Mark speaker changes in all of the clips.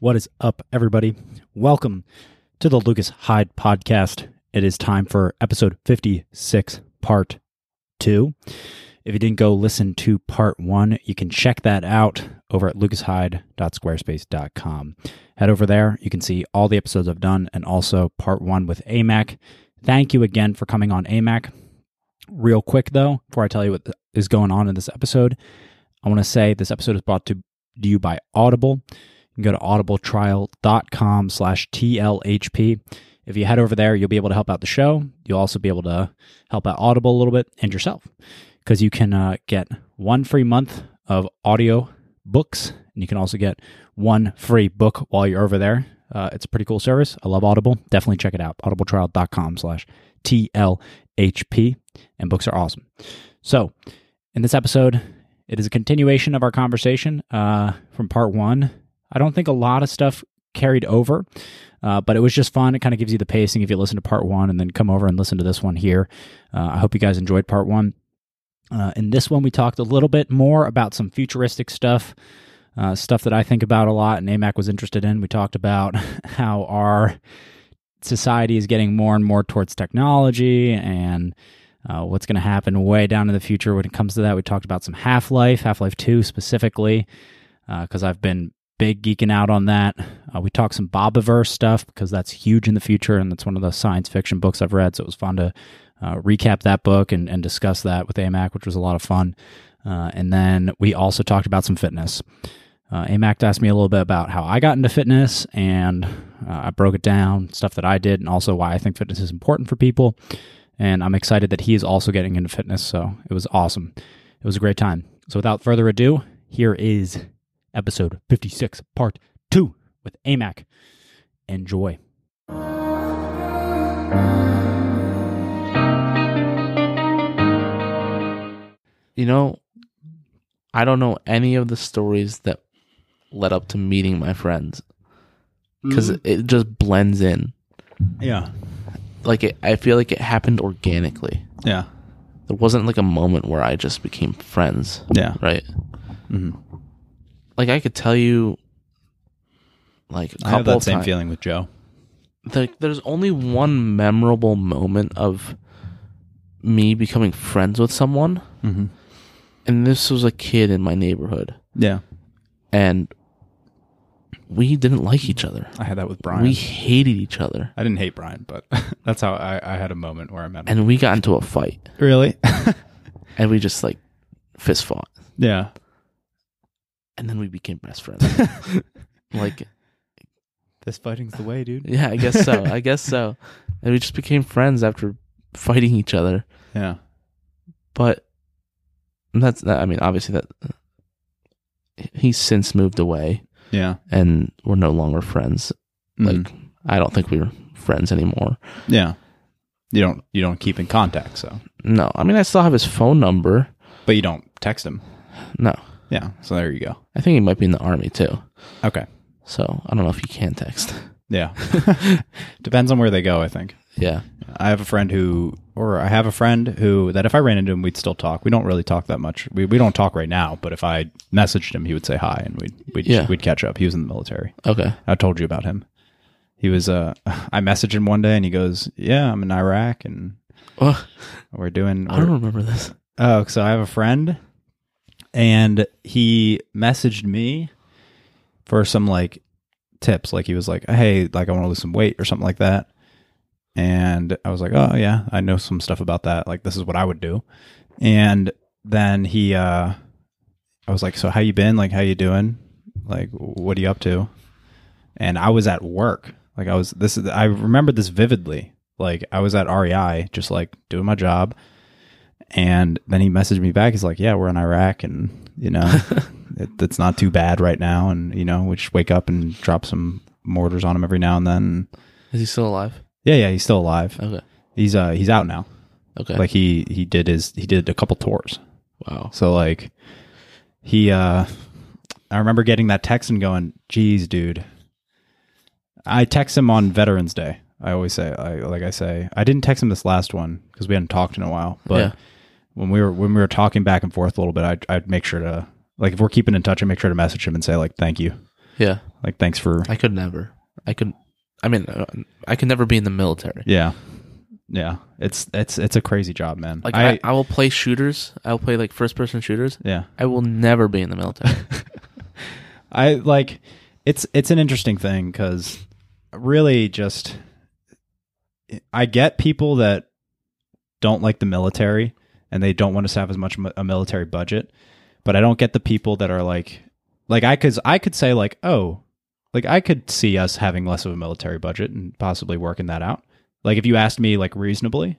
Speaker 1: What is up, everybody? Welcome to the Lucas Hyde podcast. It is time for episode 56, part two. If you didn't go listen to part one, you can check that out over at lucashyde.squarespace.com. Head over there. You can see all the episodes I've done and also part one with AMAC. Thank you again for coming on AMAC. Real quick, though, before I tell you what is going on in this episode, I want to say this episode is brought to you by Audible. You can go to audibletrial.com slash TLHP. If you head over there, you'll be able to help out the show. You'll also be able to help out Audible a little bit and yourself because you can uh, get one free month of audio books and you can also get one free book while you're over there. Uh, it's a pretty cool service. I love Audible. Definitely check it out. audibletrial.com slash TLHP. And books are awesome. So, in this episode, it is a continuation of our conversation uh, from part one. I don't think a lot of stuff carried over, uh, but it was just fun. It kind of gives you the pacing if you listen to part one and then come over and listen to this one here. Uh, I hope you guys enjoyed part one. Uh, in this one, we talked a little bit more about some futuristic stuff, uh, stuff that I think about a lot and AMAC was interested in. We talked about how our society is getting more and more towards technology and uh, what's going to happen way down in the future when it comes to that. We talked about some Half Life, Half Life 2 specifically, because uh, I've been big geeking out on that. Uh, we talked some Bobiverse stuff because that's huge in the future and that's one of the science fiction books I've read. So it was fun to uh, recap that book and, and discuss that with AMAC, which was a lot of fun. Uh, and then we also talked about some fitness. Uh, AMAC asked me a little bit about how I got into fitness, and uh, I broke it down, stuff that I did, and also why I think fitness is important for people. And I'm excited that he is also getting into fitness. So it was awesome. It was a great time. So without further ado, here is episode 56, part two with AMAC. Enjoy.
Speaker 2: you know, I don't know any of the stories that led up to meeting my friends because
Speaker 3: Mm-hmm.
Speaker 2: it just blends in.
Speaker 1: Yeah.
Speaker 2: Like it, I feel like it happened organically.
Speaker 1: Yeah.
Speaker 2: There wasn't like a moment where I just became friends,
Speaker 1: Yeah.
Speaker 2: right?
Speaker 3: Mm-hmm.
Speaker 2: Like I could tell you, like a couple
Speaker 3: I have that
Speaker 2: of
Speaker 3: same
Speaker 2: times.
Speaker 3: feeling with Joe.
Speaker 2: Like there's only one memorable moment of me becoming friends with someone,
Speaker 3: Mhm.
Speaker 2: and this was a kid in my neighborhood.
Speaker 3: Yeah,
Speaker 2: and we didn't like each other.
Speaker 3: I had that with Brian.
Speaker 2: We hated each other,
Speaker 3: I didn't hate Brian, but that's how I, I had a moment where I met him.
Speaker 2: and we got into a fight,
Speaker 3: Really?
Speaker 2: and we just like fist fought,
Speaker 3: yeah.
Speaker 2: and then we became best friends. like,
Speaker 3: This fighting's the way, dude.
Speaker 2: yeah, I guess so. I guess so. And we just became friends after fighting each other.
Speaker 3: Yeah.
Speaker 2: But that's I mean, obviously that he's since moved away,
Speaker 3: Yeah.
Speaker 2: and we're no longer friends.
Speaker 3: Mhm.
Speaker 2: Like, I don't think we were friends anymore.
Speaker 3: yeah. You don't you don't keep in contact, so
Speaker 2: No, I mean, I still have his phone number.
Speaker 3: but you don't text him.
Speaker 2: No,
Speaker 3: Yeah. So there you go.
Speaker 2: I think he might be in the army too.
Speaker 3: Okay.
Speaker 2: So I don't know if you can text.
Speaker 3: Yeah. Depends on where they go, I think.
Speaker 2: Yeah.
Speaker 3: I have a friend who or I have a friend who that if I ran into him we'd still talk. We don't really talk that much. We we don't talk right now, but if I messaged him he would say hi and we'd we'd,
Speaker 2: Yeah.
Speaker 3: we'd catch up. He was in the military.
Speaker 2: Okay.
Speaker 3: I told you about him. He was uh I messaged him one day and he goes, "Yeah, I'm in Iraq and
Speaker 2: Oh,
Speaker 3: we're doing
Speaker 2: I don't remember this.
Speaker 3: Oh, so I have a friend and he messaged me for some like tips. Like he was like, "Hey, like I want to lose some weight or something like that." And I was like, "Oh, yeah, I know some stuff about that. Like this is what I would do." And then he uh I was like, "So how you been? Like how you doing? Like what are you up to?" And I was at work. Like I was this is I remember this vividly. Like I was at REI just like doing my job. And then he messaged me back. He's like, "Yeah, we're in Iraq, and you know, it, it's not too bad right now. And you know, we just wake up and drop some mortars on him every now and then.
Speaker 2: Is he still alive?
Speaker 3: Yeah, yeah, he's still alive.
Speaker 2: Okay.
Speaker 3: He's uh, he's out now.
Speaker 2: Okay.
Speaker 3: Like he he did his he did a couple tours.
Speaker 2: wow.
Speaker 3: So like, he uh, I remember getting that text and going, "Geez, dude." I text him on Veterans Day. I always say, I like I say, I didn't text him this last one because we hadn't talked in a while, but
Speaker 2: yeah.
Speaker 3: when we were when we were talking back and forth a little bit, I'd, I'd make sure to like if we're keeping in touch, I make sure to message him and say like thank you,
Speaker 2: Yeah.
Speaker 3: Like, thanks for
Speaker 2: I could never. I could. I mean, uh, I could never be in the military.
Speaker 3: yeah, yeah. It's it's it's a crazy job, man.
Speaker 2: Like
Speaker 3: I,
Speaker 2: I, I will play shooters. I will play like first person shooters.
Speaker 3: yeah,
Speaker 2: I will never be in the military.
Speaker 3: I like it's it's an interesting thing because really just I get people that don't like the military and they don't want us to have as much mi- a military budget, but I don't get the people that are like like I could I could say like oh like I could see us having less of a military budget and possibly working that out. Like if you asked me like reasonably,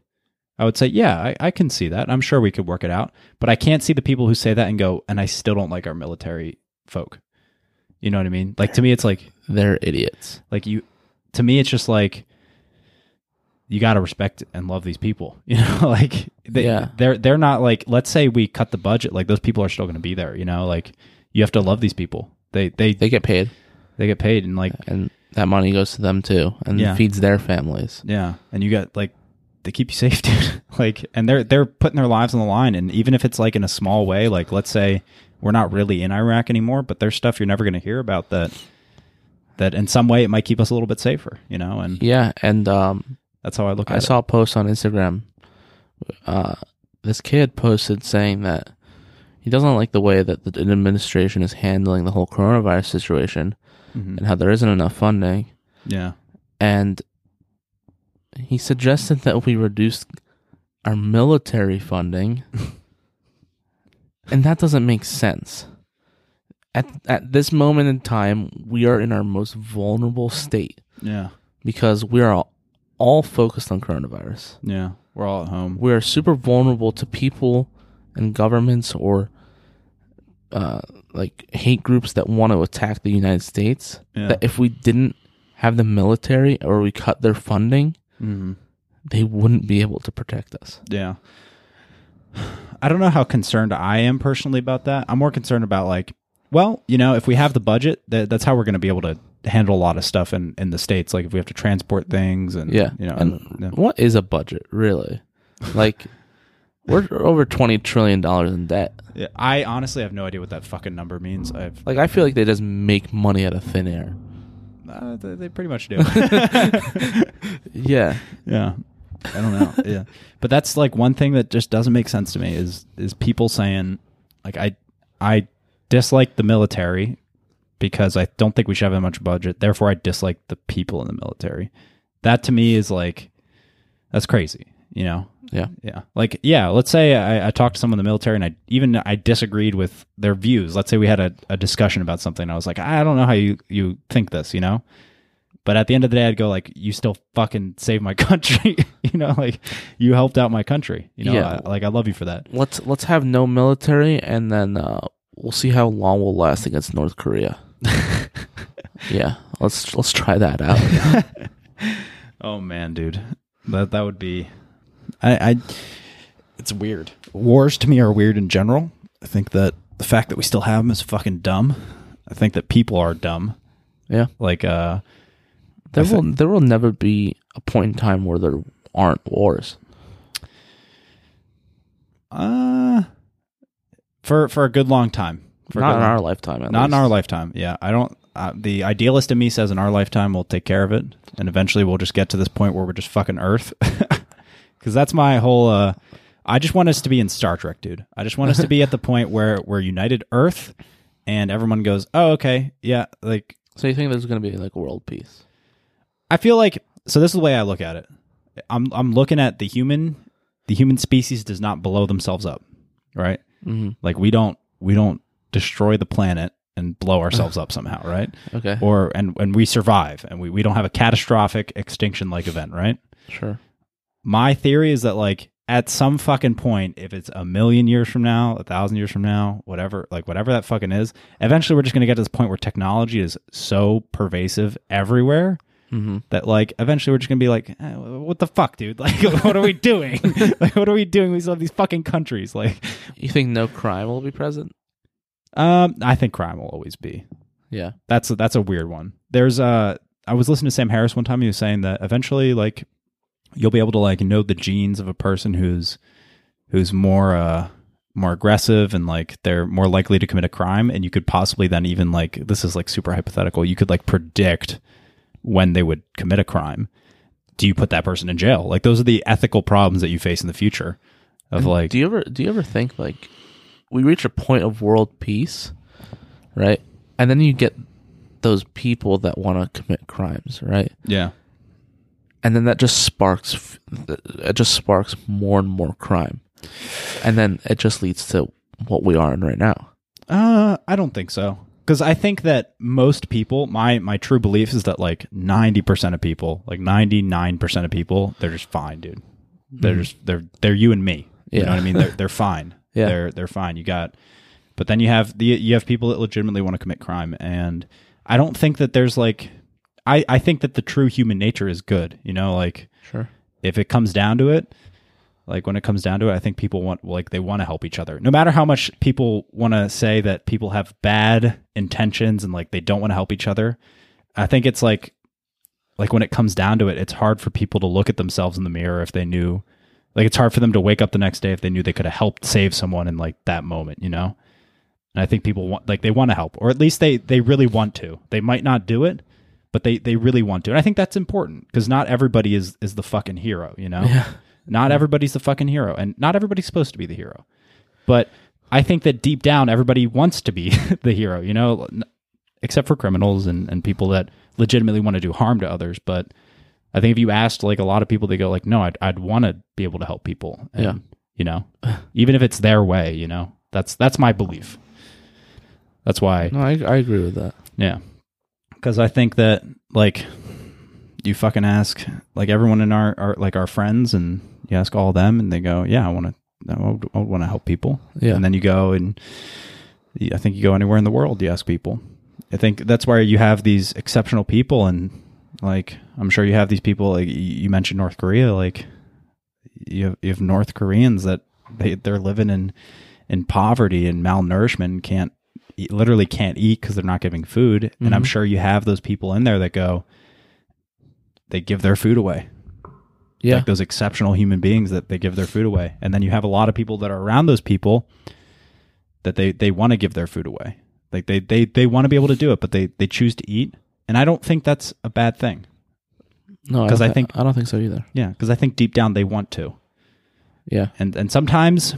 Speaker 3: I would say yeah I, I can see that I'm sure we could work it out, but I can't see the people who say that and go and I still don't like our military folk. You know what I mean? Like to me, it's like
Speaker 2: They're idiots.
Speaker 3: like you. To me, it's just like you got to respect and love these people. You know, like they,
Speaker 2: Yeah.
Speaker 3: they're they're not like. Let's say we cut the budget. Like those people are still going to be there. You know, like you have to love these people. They they
Speaker 2: They get paid,
Speaker 3: they get paid and like
Speaker 2: and that money goes to them too, and
Speaker 3: Yeah.
Speaker 2: feeds their families.
Speaker 3: yeah, and you got like they keep you safe, dude. like and they're they're putting their lives on the line. And even if it's like in a small way, like let's say we're not really in Iraq anymore, but there's stuff you're never going to hear about that. That in some way it might keep us a little bit safer, you know, and
Speaker 2: Yeah, and um,
Speaker 3: That's how I look at
Speaker 2: I saw a post on Instagram. Uh, this kid posted saying that he doesn't like the way that the administration is handling the whole coronavirus situation
Speaker 3: it. Mhm.
Speaker 2: and how there isn't enough funding.
Speaker 3: Yeah.
Speaker 2: and he suggested that we reduce our military funding and that doesn't make sense at at this moment in time we are in our most vulnerable state
Speaker 3: Yeah.
Speaker 2: because we are all focused on coronavirus
Speaker 3: Yeah. We're all at home.
Speaker 2: we are super vulnerable to people and governments or uh, like hate groups that want to attack the United States.
Speaker 3: Yeah.
Speaker 2: That if we didn't have the military or we cut their funding, mm-hmm.
Speaker 3: Mhm.
Speaker 2: they wouldn't be able to protect us.
Speaker 3: Yeah. I don't know how concerned I am personally about that. I'm more concerned about like, well, you know, if we have the budget, that, that's how we're going to be able to handle a lot of stuff in, in the states. Like if we have to transport things and
Speaker 2: Yeah,
Speaker 3: you know,
Speaker 2: and
Speaker 3: and, yeah.
Speaker 2: what is a budget really? Like we're over twenty trillion dollars in debt.
Speaker 3: Yeah, I honestly have no idea what that fucking number means. I've
Speaker 2: Like I feel like they just make money out of thin air.
Speaker 3: uh, they, they pretty much do.
Speaker 2: Yeah,
Speaker 3: Yeah. I don't know. yeah. But that's like one thing that just doesn't make sense to me is is people saying like I I dislike the military because I don't think we should have that much budget. Therefore I dislike the people in the military. That to me is like that's crazy, you know.
Speaker 2: yeah.
Speaker 3: Yeah. Like, yeah, let's say I, I talked to someone in the military and I even I disagreed with their views. Let's say we had a, a discussion about something. I was like, I don't know how you, you think this, you know? But at the end of the day, I'd go like, you still fucking saved my country. you know, like you helped out my country. You know,
Speaker 2: Yeah.
Speaker 3: I- like I love you for that.
Speaker 2: Let's let's have no military, and then uh, we'll see how long we'll last against North Korea. yeah, let's let's try that out.
Speaker 3: Oh man, dude, that that would be, I, I, it's weird. Wars to me are weird in general. I think that the fact that we still have them is fucking dumb. I think that people are dumb.
Speaker 2: Yeah,
Speaker 3: Like, uh,
Speaker 2: there
Speaker 3: I thi-
Speaker 2: will there will never be a point in time where there aren't wars.
Speaker 3: Uh for for a good long time. For a
Speaker 2: Not
Speaker 3: good
Speaker 2: in
Speaker 3: long-
Speaker 2: our lifetime. At
Speaker 3: not in
Speaker 2: least.
Speaker 3: our lifetime. Yeah, I don't. Uh, the idealist in me says in our lifetime we'll take care of it, and eventually we'll just get to this point where we're just fucking Earth. Because that's my whole. Uh, I just want us to be in Star Trek, dude. I just want us to be at the point where we're united Earth, and everyone goes, "Oh, okay, yeah." Like
Speaker 2: So you think there's going to be like world peace?
Speaker 3: I feel like so. This is the way I look at it. I'm I'm looking at the human. The human species does not blow themselves up, right?
Speaker 2: Mm-hmm.
Speaker 3: Like we don't we don't destroy the planet and blow ourselves up somehow, right?
Speaker 2: Okay,
Speaker 3: Or and and we survive and we, we don't have a catastrophic extinction like event, right?
Speaker 2: sure.
Speaker 3: My theory is that like at some fucking point, if it's a million years from now, a thousand years from now, whatever, like whatever that fucking is, eventually we're just gonna get to this point where technology is so pervasive everywhere
Speaker 2: Mm-hmm.
Speaker 3: that like eventually we're just gonna be like, eh, what the fuck, dude? Like, what are we doing? like, what are we doing? We still have these fucking countries. Like,
Speaker 2: You think no crime will be present?
Speaker 3: um, I think crime will always be.
Speaker 2: Yeah.
Speaker 3: That's a, that's a weird one. There's uh I was listening to Sam Harris one time. He was saying that eventually, like, you'll be able to like know the genes of a person who's who's more uh more aggressive and like they're more likely to commit a crime and you could possibly then even like this is like super hypothetical you could like predict when they would commit a crime do you put that person in jail like those are the ethical problems that you face in the future of like
Speaker 2: do you ever do you ever think like we reach a point of world peace, right? And then you get those people that want to commit crimes, right?
Speaker 3: yeah
Speaker 2: And then that just sparks f- it just sparks more and more crime. And then it just leads to what we are in right now.
Speaker 3: Uh, I don't think so. Because I think that most people, my my true belief is that like ninety percent of people, like ninety nine percent of people, they're just fine, dude. They're just they're they're you and me. You
Speaker 2: Hmm. Yeah.
Speaker 3: know what I mean? They're they're fine.
Speaker 2: Yeah.
Speaker 3: They're they're fine. You got, but then you have the you have people that legitimately want to commit crime, and I don't think that there's like, I I think that the true human nature is good. You know, like
Speaker 2: Sure.
Speaker 3: if it comes down to it like when it comes down to it i think people want like they want to help each other no matter how much people want to say that people have bad intentions and like they don't want to help each other i think it's like like when it comes down to it it's hard for people to look at themselves in the mirror if they knew like it's hard for them to wake up the next day if they knew they could have helped save someone in like that moment you know and i think people want like they want to help or at least they they really want to they might not do it but they they really want to and i think that's important because not everybody is is the fucking hero you know
Speaker 2: Yeah.
Speaker 3: not everybody's the fucking hero and not everybody's supposed to be the hero but i think that deep down everybody wants to be the hero you know N- except for criminals and and people that legitimately want to do harm to others but i think if you asked like a lot of people they go like no i'd, I'd want to be able to help people and,
Speaker 2: Yeah.
Speaker 3: you know even if it's their way you know that's that's my belief that's why
Speaker 2: No, I, I agree with that.
Speaker 3: yeah. Cause I think that like you fucking ask like everyone in our, our like our friends and you ask all them and they go, yeah, I want to, I want to help people.
Speaker 2: Yeah.
Speaker 3: And then you go and you- I think you go anywhere in the world, you ask people. I think that's where you have these exceptional people and like, I'm sure you have these people, like you- you mentioned North Korea, like you have, you have North Koreans that they, they're living in, in poverty and malnourishment, can't eat, literally can't eat because they're not giving food. And I'm sure you have those people in there that go, they give their food away.
Speaker 2: Yeah.
Speaker 3: Like those exceptional human beings that they give their food away. And then you have a lot of people that are around those people that they, they want to give their food away. Like they, they, they want to be able to do it, but they, they choose to eat. And I don't think that's a bad thing.
Speaker 2: no,
Speaker 3: 'cause
Speaker 2: don't
Speaker 3: I
Speaker 2: thi-
Speaker 3: think-
Speaker 2: I don't think so either.
Speaker 3: Yeah. Cause I think deep down they want to.
Speaker 2: Yeah.
Speaker 3: and and sometimes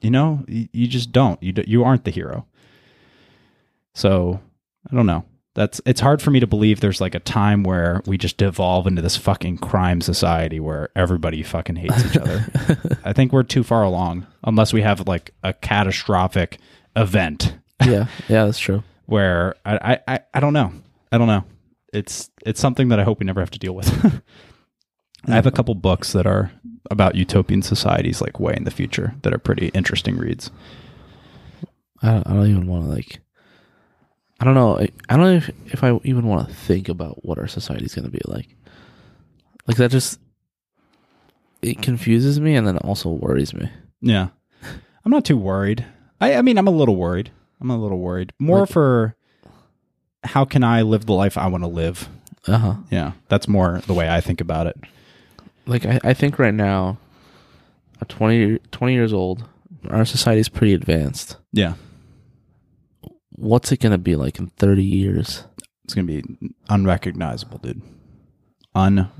Speaker 3: you know you, you just don't you d- you aren't the hero so i don't know that's it's hard for me to believe there's like a time where we just devolve into this fucking crime society where everybody fucking hates each other i think we're too far along unless we have like a catastrophic event
Speaker 2: Yeah. Yeah, that's true.
Speaker 3: where i i i, I don't know i don't know it's it's something that i hope we never have to deal with I have a couple books that are about utopian societies, like way in the future, that are pretty interesting reads.
Speaker 2: I don't, I don't even want to like. I don't know. I, I don't know if, if I even want to think about what our society's going to be like. Like that just it confuses me and then also worries me.
Speaker 3: Yeah, I'm not too worried. I, I mean, I'm a little worried. I'm a little worried more
Speaker 2: Like-
Speaker 3: for how can I live the life I want to live.
Speaker 2: Uh huh.
Speaker 3: Yeah, that's more the way I think about it.
Speaker 2: Like I, I think right now, I'm 20, 20 years old. Our society's pretty advanced.
Speaker 3: Yeah,
Speaker 2: What's it going to be like in thirty years?
Speaker 3: it's gonna be unrecognizable, dude.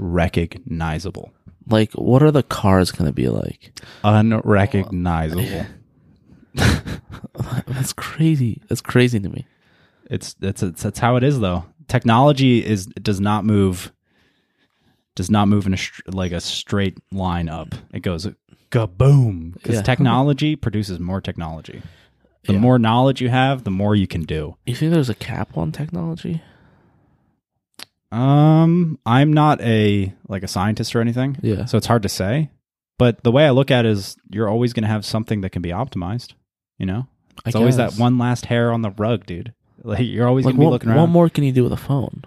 Speaker 3: Unrecognizable.
Speaker 2: Like, what are the cars going to be like?
Speaker 3: Unrecognizable.
Speaker 2: That's crazy. That's crazy to me.
Speaker 3: It's that's it's, that's how it is though. Technology is does not move does not move in a str- like a straight line up. It goes kaboom because
Speaker 2: Yeah.
Speaker 3: technology produces more technology. The
Speaker 2: Yeah.
Speaker 3: more knowledge you have, the more you can do.
Speaker 2: You think there's a cap on technology?
Speaker 3: Um, I'm not a like a scientist or anything,
Speaker 2: Yeah.
Speaker 3: so it's hard to say. But the way I look at it is, you're always going to have something that can be optimized. You know,
Speaker 2: I
Speaker 3: it's always that
Speaker 2: guess.
Speaker 3: one last hair on the rug, dude. Like you're always
Speaker 2: Like,
Speaker 3: going to be
Speaker 2: what,
Speaker 3: looking
Speaker 2: what
Speaker 3: around.
Speaker 2: more can you do with a phone?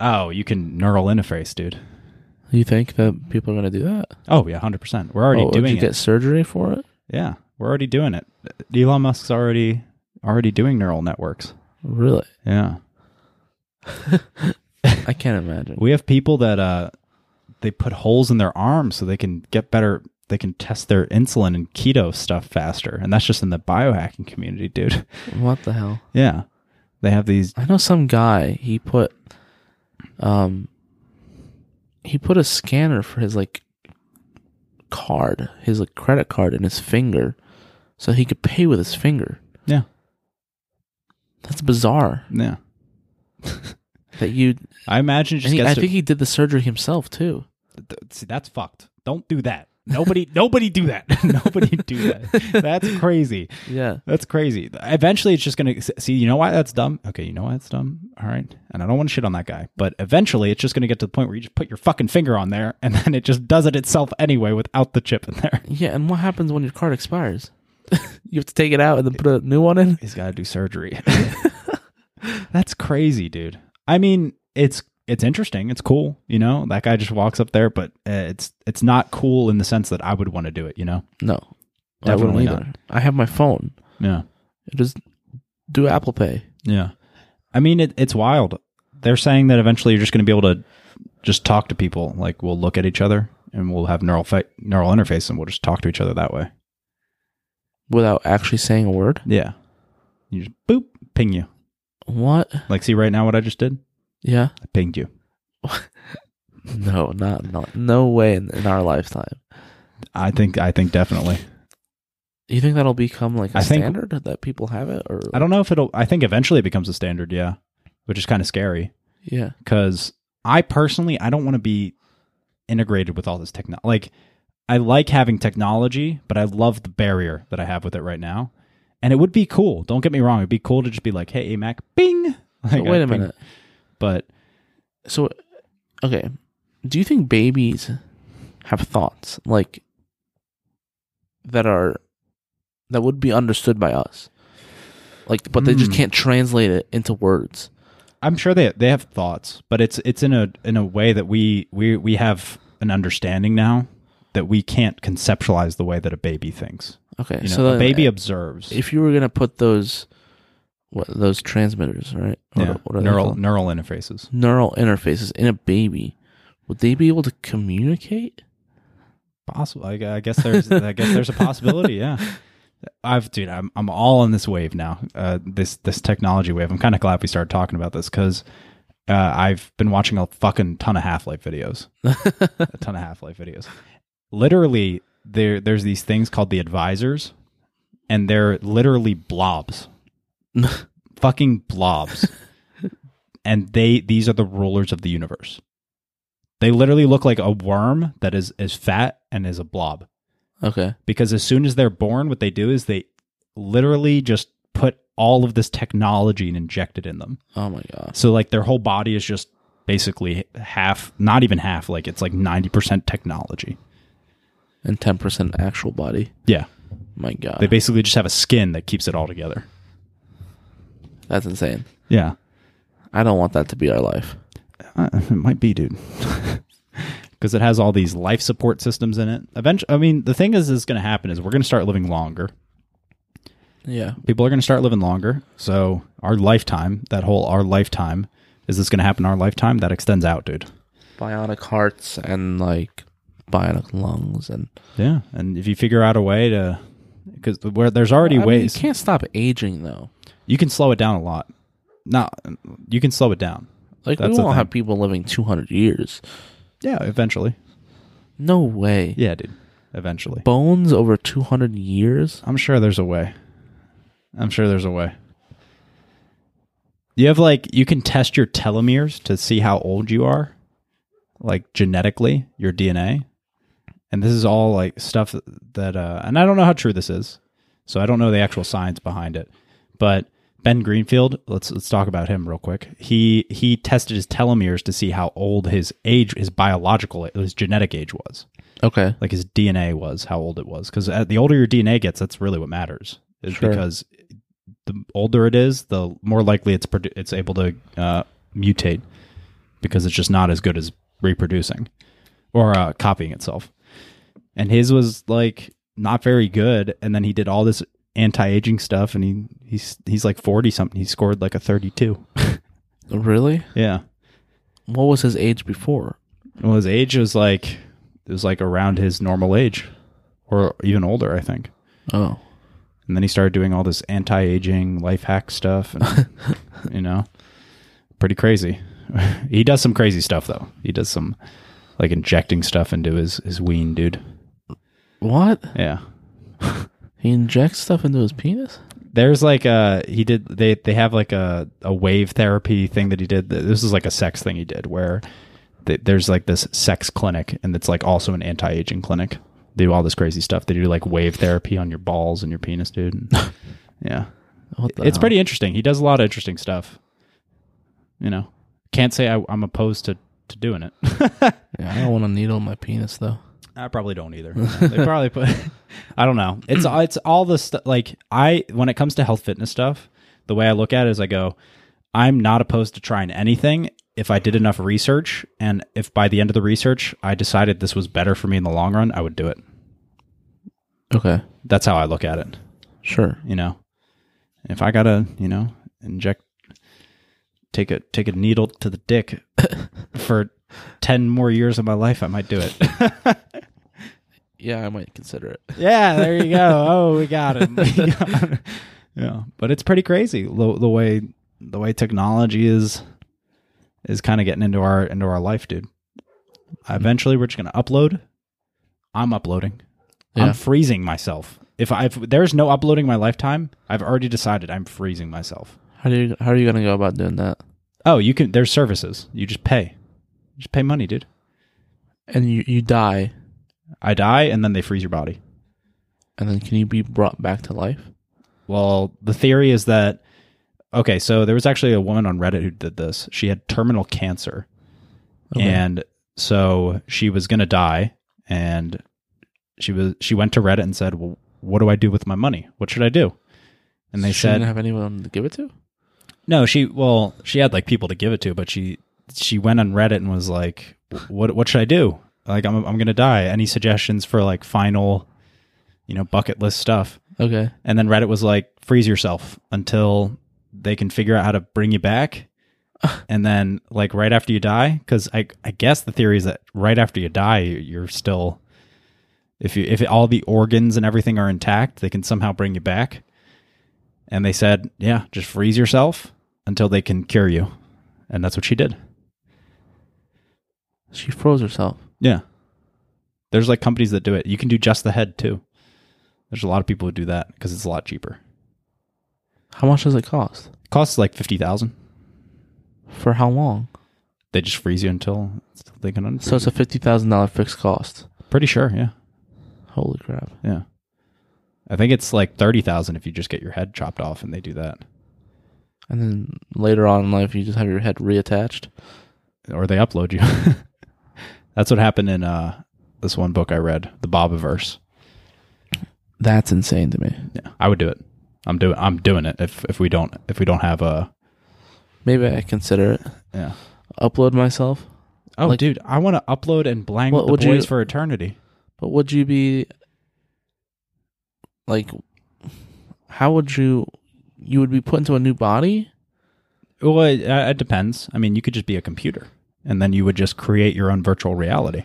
Speaker 3: oh, you can neural interface, dude.
Speaker 2: You think that people are going to do that?
Speaker 3: Oh yeah, hundred percent. We're already
Speaker 2: Oh, would
Speaker 3: doing
Speaker 2: you
Speaker 3: it.
Speaker 2: get surgery for it?
Speaker 3: yeah, we're already doing it. Elon Musk's already already doing neural networks.
Speaker 2: Really?
Speaker 3: Yeah,
Speaker 2: I can't imagine.
Speaker 3: we have people that uh, they put holes in their arms so they can get better. they can test their insulin and keto stuff faster, and that's just in the biohacking community, dude.
Speaker 2: What the hell?
Speaker 3: yeah, they have these.
Speaker 2: I know some guy. He put, um, he put a scanner for his like card, his like credit card, in his finger, so he could pay with his finger.
Speaker 3: Yeah.
Speaker 2: that's bizarre.
Speaker 3: Yeah,
Speaker 2: That you.
Speaker 3: I imagine it
Speaker 2: And
Speaker 3: just
Speaker 2: he,
Speaker 3: gets
Speaker 2: I
Speaker 3: to-
Speaker 2: think he did the surgery himself too.
Speaker 3: th- see that's fucked. Don't do that. Nobody, nobody do that. nobody do that. That's crazy.
Speaker 2: Yeah.
Speaker 3: That's crazy. Eventually, it's just going to see, you know why that's dumb? Okay, you know why that's dumb? All right. And I don't want to shit on that guy, but eventually, it's just going to get to the point where you just put your fucking finger on there and then it just does it itself anyway without the chip in there.
Speaker 2: Yeah, and what happens when your card expires? you have to take it out and then put a new one in.
Speaker 3: He's got to do surgery. that's crazy, dude. I mean, it's. It's interesting. It's cool, you know. That guy just walks up there, but uh, it's it's not cool in the sense that I would want to do it, you know.
Speaker 2: No, I
Speaker 3: Definitely
Speaker 2: wouldn't either. I have my phone.
Speaker 3: Yeah.
Speaker 2: It is do Apple Pay.
Speaker 3: Yeah. I mean, it, it's wild. They're saying that eventually you're just going to be able to just talk to people. Like, we'll look at each other and we'll have neural, fa- neural interface and we'll just talk to each other that way.
Speaker 2: without actually saying a word.
Speaker 3: Yeah. You just boop, ping you.
Speaker 2: What?
Speaker 3: Like, see right now what I just did?
Speaker 2: Yeah.
Speaker 3: I pinged you.
Speaker 2: No, not not no way in, in our lifetime.
Speaker 3: I think, I think definitely.
Speaker 2: You think that'll become like a
Speaker 3: I think-
Speaker 2: standard that people have it or
Speaker 3: I don't know if it'll, I think eventually it becomes a standard. Yeah. Which is kind of scary.
Speaker 2: Yeah.
Speaker 3: because I personally I don't want to be integrated with all this technology. Like I like having technology, but I love the barrier that I have with it right now. And it would be cool. Don't get me wrong; it'd be cool to just be like, "Hey, AMAC, bing."
Speaker 2: But
Speaker 3: Like,
Speaker 2: wait
Speaker 3: I
Speaker 2: a
Speaker 3: ping-
Speaker 2: minute.
Speaker 3: But
Speaker 2: So okay. Do you think babies have thoughts like that are that would be understood by us? Like but they just
Speaker 3: Hmm.
Speaker 2: can't translate it into words.
Speaker 3: I'm sure they they have thoughts, but it's it's in a in a way that we we we have an understanding now that we can't conceptualize the way that a baby thinks.
Speaker 2: Okay.
Speaker 3: You know,
Speaker 2: so
Speaker 3: a
Speaker 2: then uh,
Speaker 3: baby observes.
Speaker 2: if you were going to put those what those transmitters, right? What-
Speaker 3: yeah,
Speaker 2: what are they
Speaker 3: neural
Speaker 2: called?
Speaker 3: neural interfaces.
Speaker 2: neural interfaces in a baby, would they be able to communicate?
Speaker 3: Possible. I, I guess there's. I guess there's a possibility. Yeah. I've, dude. I'm. I'm all on this wave now. Uh, this this technology wave. I'm kind of glad we started talking about this because uh, I've been watching a fucking ton of Half Life videos. a ton of Half Life videos. Literally, there there's these things called the advisors, and they're literally blobs, fucking blobs, and they these are the rulers of the universe. They literally look like a worm that is is fat and is a blob.
Speaker 2: Okay.
Speaker 3: Because as soon as they're born, what they do is they literally just put all of this technology and inject it in them.
Speaker 2: Oh my gosh.
Speaker 3: So like their whole body is just basically half, not even half, like it's like ninety percent technology.
Speaker 2: And ten percent actual body.
Speaker 3: Yeah,
Speaker 2: My God.
Speaker 3: they basically just have a skin that keeps it all together.
Speaker 2: That's insane.
Speaker 3: Yeah,
Speaker 2: I don't want that to be our life.
Speaker 3: uh, it might be, dude. Because it has all these life support systems in it. Eventually, I mean, the thing is, is going to happen is we're going to start living longer.
Speaker 2: Yeah.
Speaker 3: people are going to start living longer. So our lifetime, that whole our lifetime, is this going to happen in our lifetime? That extends out, dude.
Speaker 2: Bionic hearts and like bionic lungs and
Speaker 3: Yeah, and if you figure out a way to, because where there's already
Speaker 2: I mean,
Speaker 3: ways
Speaker 2: you can't stop aging though.
Speaker 3: you can slow it down a lot. No, you can slow it down.
Speaker 2: Like
Speaker 3: That's
Speaker 2: we
Speaker 3: the
Speaker 2: won't
Speaker 3: thing.
Speaker 2: have people living two hundred years.
Speaker 3: Yeah, eventually.
Speaker 2: No way.
Speaker 3: Yeah, dude. Eventually,
Speaker 2: Bones over two hundred years?
Speaker 3: I'm sure there's a way. I'm sure there's a way. You have like you can test your telomeres to see how old you are, like genetically, your DNA. And this is all like stuff that uh and I don't know how true this is. So I don't know the actual science behind it. But Ben Greenfield, let's let's talk about him real quick. He he tested his telomeres to see how old his age his biological his genetic age was
Speaker 2: Okay.
Speaker 3: like his DNA was, how old it was. Because the older your DNA gets, that's really what matters. Is
Speaker 2: Sure.
Speaker 3: because the older it is, the more likely it's produ- it's able to uh, mutate because it's just not as good as reproducing or uh, copying itself. And his was like not very good. And then he did all this anti-aging stuff, and he he's he's like forty something. He scored like a thirty-two.
Speaker 2: Really?
Speaker 3: yeah.
Speaker 2: What was his age before?
Speaker 3: Well, his age was like it was like around his normal age. or even older, I think.
Speaker 2: Oh.
Speaker 3: And then he started doing all this anti-aging life hack stuff, and, you know, pretty crazy. he does some crazy stuff though. He does some like injecting stuff into his his ween, dude.
Speaker 2: What?
Speaker 3: Yeah.
Speaker 2: He injects stuff into his penis?
Speaker 3: There's like a he did they they have like a a wave therapy thing that he did. This is like a sex thing he did where th- there's like this sex clinic and it's like also an anti-aging clinic. They do all this crazy stuff. They do like wave therapy on your balls and your penis, dude. And, yeah.
Speaker 2: What the
Speaker 3: it's
Speaker 2: hell?
Speaker 3: pretty interesting. He does a lot of interesting stuff. You know, can't say I, I'm opposed to to doing it.
Speaker 2: Yeah, I don't want a needle in my penis though.
Speaker 3: I probably don't either. they probably put. I don't know. It's it's all the stuff. Like I, when it comes to health fitness stuff, the way I look at it is, I go, I'm not opposed to trying anything if I did enough research, and if by the end of the research I decided this was better for me in the long run, I would do it.
Speaker 2: Okay.
Speaker 3: That's how I look at it.
Speaker 2: Sure.
Speaker 3: You know, if I gotta, you know, inject, take a take a needle to the dick for ten more years of my life, I might do it.
Speaker 2: Yeah, I might consider it.
Speaker 3: Yeah, there you go. Oh, we got him. yeah, but it's pretty crazy the, the way the way technology is is kind of getting into our into our life, dude. Eventually, we're just gonna upload. I'm uploading.
Speaker 2: Yeah.
Speaker 3: I'm freezing myself. If I if there's no uploading my lifetime, I've already decided I'm freezing myself.
Speaker 2: How do you how are you gonna go about doing that?
Speaker 3: Oh, you can. There's services. You just pay. You just pay money, dude.
Speaker 2: And you you die,
Speaker 3: I die, and then they freeze your body.
Speaker 2: and then can you be brought back to life?
Speaker 3: Well, the theory is that okay, so there was actually a woman on Reddit who did this. She had terminal cancer.
Speaker 2: Okay.
Speaker 3: And so she was going to die and she was she went to Reddit and said, "Well, what do I do with my money? What should I do?" And they
Speaker 2: she didn't
Speaker 3: said,
Speaker 2: have anyone to give it to.
Speaker 3: "No, she well, she had like people to give it to, but she she went on Reddit and was like, "What what should I do? Like I'm I'm going to die. Any suggestions for like final you know, bucket list stuff?"
Speaker 2: Okay.
Speaker 3: And then Reddit was like, freeze yourself until they can figure out how to bring you back. and then, like, right after you die, because I, I guess the theory is that right after you die, you- you're still, if you, if all the organs and everything are intact, they can somehow bring you back. And they said, yeah, just freeze yourself until they can cure you. And that's what she did.
Speaker 2: She froze herself.
Speaker 3: Yeah. There's like companies that do it. You can do just the head too. There's a lot of people who do that because it's a lot cheaper.
Speaker 2: How much does it cost?
Speaker 3: It costs like 50,000.
Speaker 2: For how long?
Speaker 3: they just freeze you until until they can unfreeze.
Speaker 2: So it's a fifty thousand dollar fixed cost.
Speaker 3: pretty sure, yeah,
Speaker 2: Holy crap!
Speaker 3: yeah. I think it's like thirty thousand if you just get your head chopped off, and they do that,
Speaker 2: And then later on in life, you just have your head reattached.
Speaker 3: or they upload you. That's what happened in uh, this one book I read, the Bobaverse.
Speaker 2: That's insane to me.
Speaker 3: Yeah, I would do it. I'm doing. I'm doing it. If if we don't if we don't have a
Speaker 2: Maybe I consider it.
Speaker 3: yeah.
Speaker 2: Upload myself.
Speaker 3: Oh,
Speaker 2: Like-
Speaker 3: dude, I want to upload and blank
Speaker 2: What
Speaker 3: with the
Speaker 2: would you-
Speaker 3: boys for eternity.
Speaker 2: But would you be like how would you you would be put into a new body?
Speaker 3: Well, it, uh, it depends. I mean, you could just be a computer, and then you would just create your own virtual reality.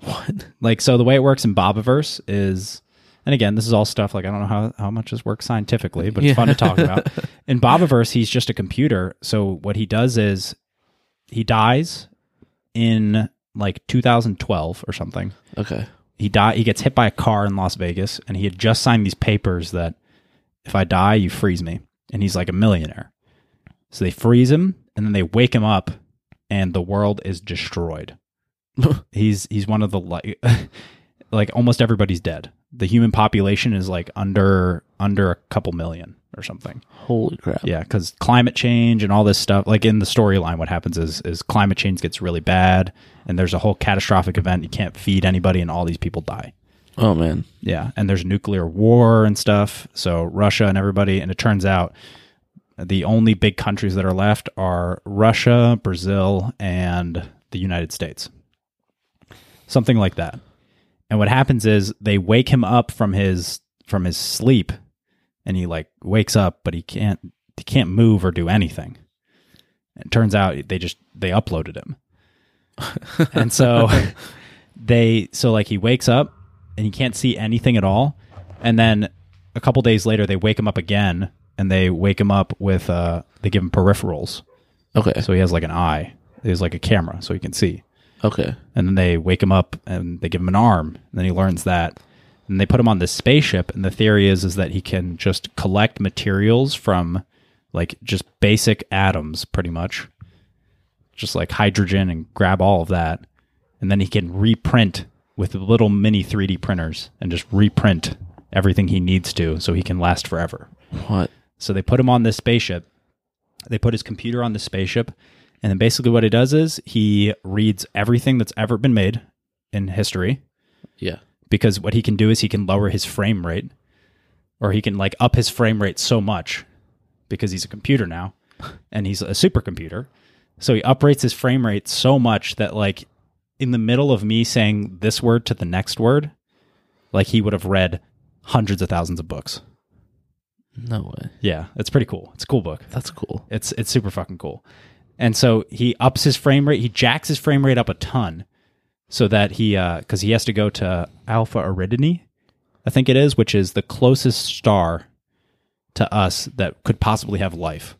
Speaker 2: What?
Speaker 3: Like so the way it works in Bobaverse is and again, this is all stuff like I don't know how, how much this works scientifically, but it's
Speaker 2: Yeah.
Speaker 3: fun to talk about. In Bobaverse, he's just a computer. So what he does is he dies in like 2012 or something.
Speaker 2: Okay.
Speaker 3: He die he gets hit by a car in Las Vegas and he had just signed these papers that if I die, you freeze me. And he's like a millionaire. So they freeze him and then they wake him up and the world is destroyed he's he's one of the like like almost everybody's dead. The human population is like under under a couple million or something.
Speaker 2: Holy crap.
Speaker 3: Yeah, because climate change and all this stuff. Like in the storyline, what happens is is climate change gets really bad, and there's a whole catastrophic event. You can't feed anybody, and all these people die.
Speaker 2: Oh man.
Speaker 3: Yeah, and there's nuclear war and stuff. So Russia and everybody, and it turns out the only big countries that are left are Russia, Brazil, and the United States. Something like that. And what happens is they wake him up from his from his sleep and he like wakes up but he can't he can't move or do anything. It turns out they just they uploaded him. and so they so like he wakes up and he can't see anything at all. And then a couple days later, they wake him up again, and they wake him up with uh, they give him peripherals,
Speaker 2: Okay.
Speaker 3: so he has like an eye. He has like a camera, so he can see.
Speaker 2: Okay.
Speaker 3: And then they wake him up and they give him an arm, and then he learns that. And they put him on this spaceship, and the theory is is that he can just collect materials from like just basic atoms, pretty much, just like hydrogen, and grab all of that, and then he can reprint with little mini 3D printers and just reprint everything he needs to, so he can last forever.
Speaker 2: What?
Speaker 3: So they put him on this spaceship. They put his computer on the spaceship. And then basically what he does is he reads everything that's ever been made in history
Speaker 2: Yeah.
Speaker 3: because what he can do is he can lower his frame rate or he can like up his frame rate so much because he's a computer now and he's a supercomputer. So he uprates his frame rate so much that like in the middle of me saying this word to the next word, like he would have read hundreds of thousands of books.
Speaker 2: No way.
Speaker 3: Yeah, it's pretty cool. It's a cool book.
Speaker 2: That's cool.
Speaker 3: It's it's super fucking cool. And so he ups his frame rate. He jacks his frame rate up a ton, so that he because he has to go to Alpha Eridani, I think it is, which is the closest star to us that could possibly have life.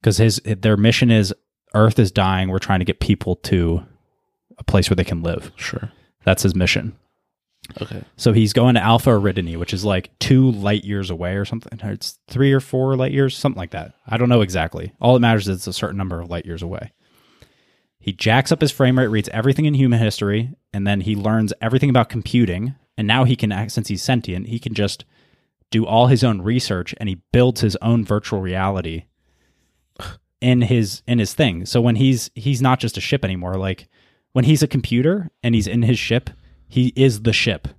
Speaker 3: Because his their mission is Earth is dying. We're trying to get people to a place where they can live.
Speaker 2: Sure.
Speaker 3: That's his mission.
Speaker 2: Okay.
Speaker 3: So he's going to Alpha Eridani, which is like two light years away or something. or It's three or four light years, something like that. I don't know exactly. All that matters is it's a certain number of light years away. He jacks up his frame rate, reads everything in human history, and then he learns everything about computing. And now he can, act since he's sentient, he can just do all his own research and he builds his own virtual reality in his in his thing. So when he's he's not just a ship anymore. Like when he's a computer and he's in his ship, he is the ship.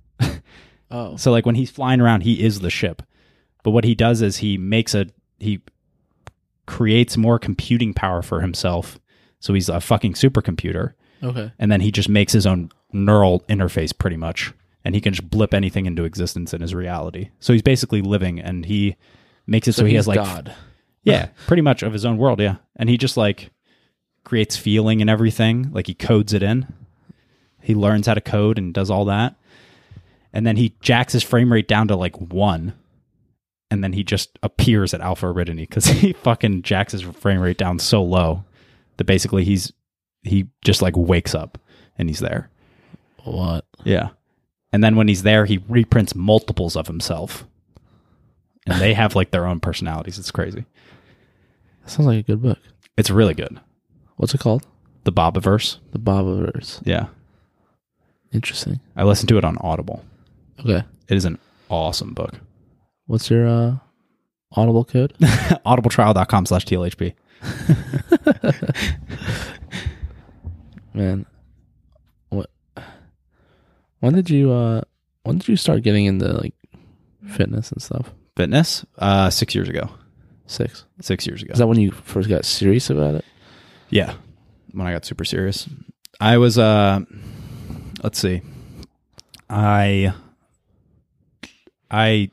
Speaker 2: Oh.
Speaker 3: So like when he's flying around, he is the ship. But what he does is he makes a he creates more computing power for himself. So he's a fucking supercomputer.
Speaker 2: Okay.
Speaker 3: And then he just makes his own neural interface pretty much. And he can just blip anything into existence in his reality. So he's basically living and he makes it so, he
Speaker 2: he's
Speaker 3: has like
Speaker 2: God.
Speaker 3: yeah, pretty much of his own world, yeah. And he just like creates feeling and everything, like he codes it in. He learns how to code and does all that. And then he jacks his frame rate down to like 1. And then he just appears at Alpha Eridani cuz he fucking jacks his frame rate down so low that basically he's he just like wakes up and he's there.
Speaker 2: What?
Speaker 3: Yeah. And then when he's there, he reprints multiples of himself. And they have like their own personalities. It's crazy.
Speaker 2: That sounds like a good book.
Speaker 3: It's really good.
Speaker 2: What's it called?
Speaker 3: the Bobaverse.
Speaker 2: The Bobaverse.
Speaker 3: Yeah.
Speaker 2: Interesting.
Speaker 3: I listened to it on Audible.
Speaker 2: Okay.
Speaker 3: It is an awesome book.
Speaker 2: What's your uh audible code?
Speaker 3: Audibletrial.com slash TLHP.
Speaker 2: Man. What when did you uh when did you start getting into like fitness and stuff?
Speaker 3: Fitness, uh, six years ago.
Speaker 2: Six.
Speaker 3: Six years ago.
Speaker 2: Is that when you first got serious about it?
Speaker 3: yeah. When I got super serious. I was, uh, let's see. I, I,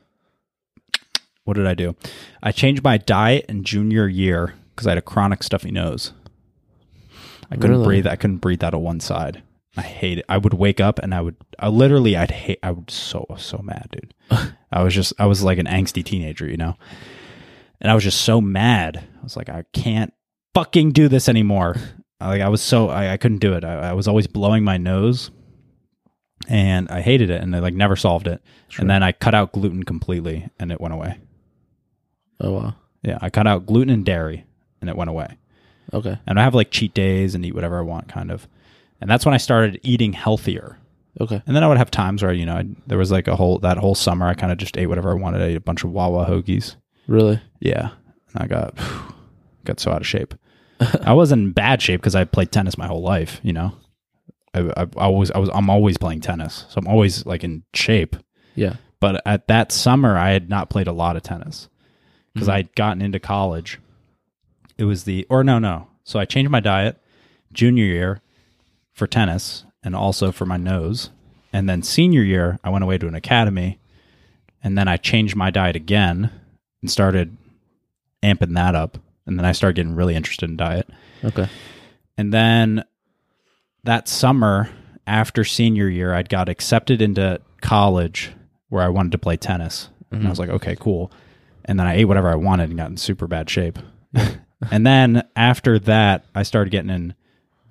Speaker 3: what did I do? I changed my diet in junior year because I had a chronic stuffy nose. I couldn't
Speaker 2: Really?
Speaker 3: breathe. I couldn't breathe out of one side. I hate it. I would wake up and I would, I literally, I'd hate, I would so, so mad, dude. I was just, I was like an angsty teenager, you know? And I was just so mad. I was like, I can't fucking do this anymore. Like, I was so, I, I couldn't do it. I, I was always blowing my nose and I hated it and I like never solved it.
Speaker 2: Sure.
Speaker 3: And then I cut out gluten completely and it went away.
Speaker 2: Oh wow.
Speaker 3: Yeah, I cut out gluten and dairy and it went away.
Speaker 2: Okay.
Speaker 3: And I have like cheat days and eat whatever I want kind of. And that's when I started eating healthier.
Speaker 2: Okay.
Speaker 3: And then I would have times where, you know, i there was like a whole, that whole summer, I kind of just ate whatever I wanted. I ate a bunch of Wawa hoagies.
Speaker 2: Really?
Speaker 3: Yeah. And I got, got so out of shape. I was in bad shape because I played tennis my whole life, you know? I, I, I always, I was, I'm always playing tennis. So I'm always like in shape.
Speaker 2: Yeah.
Speaker 3: But at that summer, I had not played a lot of tennis because I had gotten into college. It was the, or no, no. So I changed my diet junior year for tennis and also for my nose. And then senior year, I went away to an academy and then I changed my diet again and started amping that up. And then I started getting really interested in diet.
Speaker 2: Okay.
Speaker 3: And then that summer after senior year, I'd got accepted into college where I wanted to play tennis. And I was like, okay, cool. And then I ate whatever I wanted and got in super bad shape. and then after that, I started getting in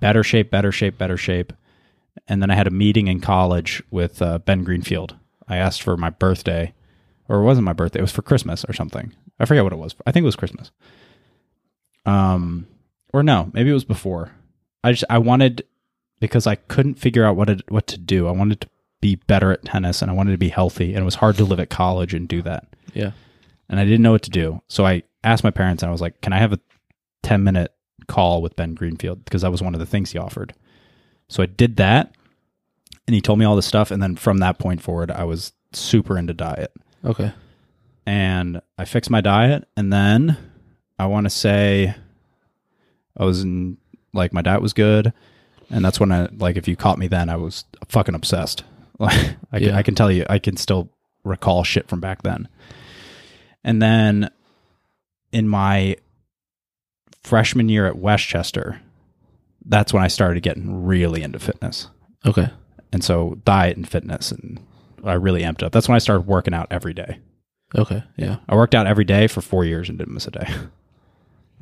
Speaker 3: better shape, better shape, better shape. And then I had a meeting in college with uh, Ben Greenfield. I asked for my birthday, or it wasn't my birthday, it was for Christmas or something. I forget what it was. I think it was Christmas. Um, or no, maybe it was before. I just I wanted because I couldn't figure out what it, what to do. I wanted to be better at tennis and I wanted to be healthy, and it was hard to live at college and do that.
Speaker 2: Yeah.
Speaker 3: And I didn't know what to do, so I asked my parents, and I was like, "Can I have a ten minute call with Ben Greenfield?" Because that was one of the things he offered. So I did that, and he told me all this stuff, and then from that point forward, I was super into diet
Speaker 2: Okay.
Speaker 3: and I fixed my diet. And then I want to say I was in, like, my diet was good. And that's when I, like, if you caught me then, I was fucking obsessed. Like, I, can,
Speaker 2: Yeah.
Speaker 3: I can tell you, I can still recall shit from back then. And then in my freshman year at Westchester, that's when I started getting really into fitness
Speaker 2: Okay.
Speaker 3: and so diet and fitness and i really amped up that's when i started working out every day
Speaker 2: Okay. Yeah.
Speaker 3: i worked out every day for four years and didn't miss a day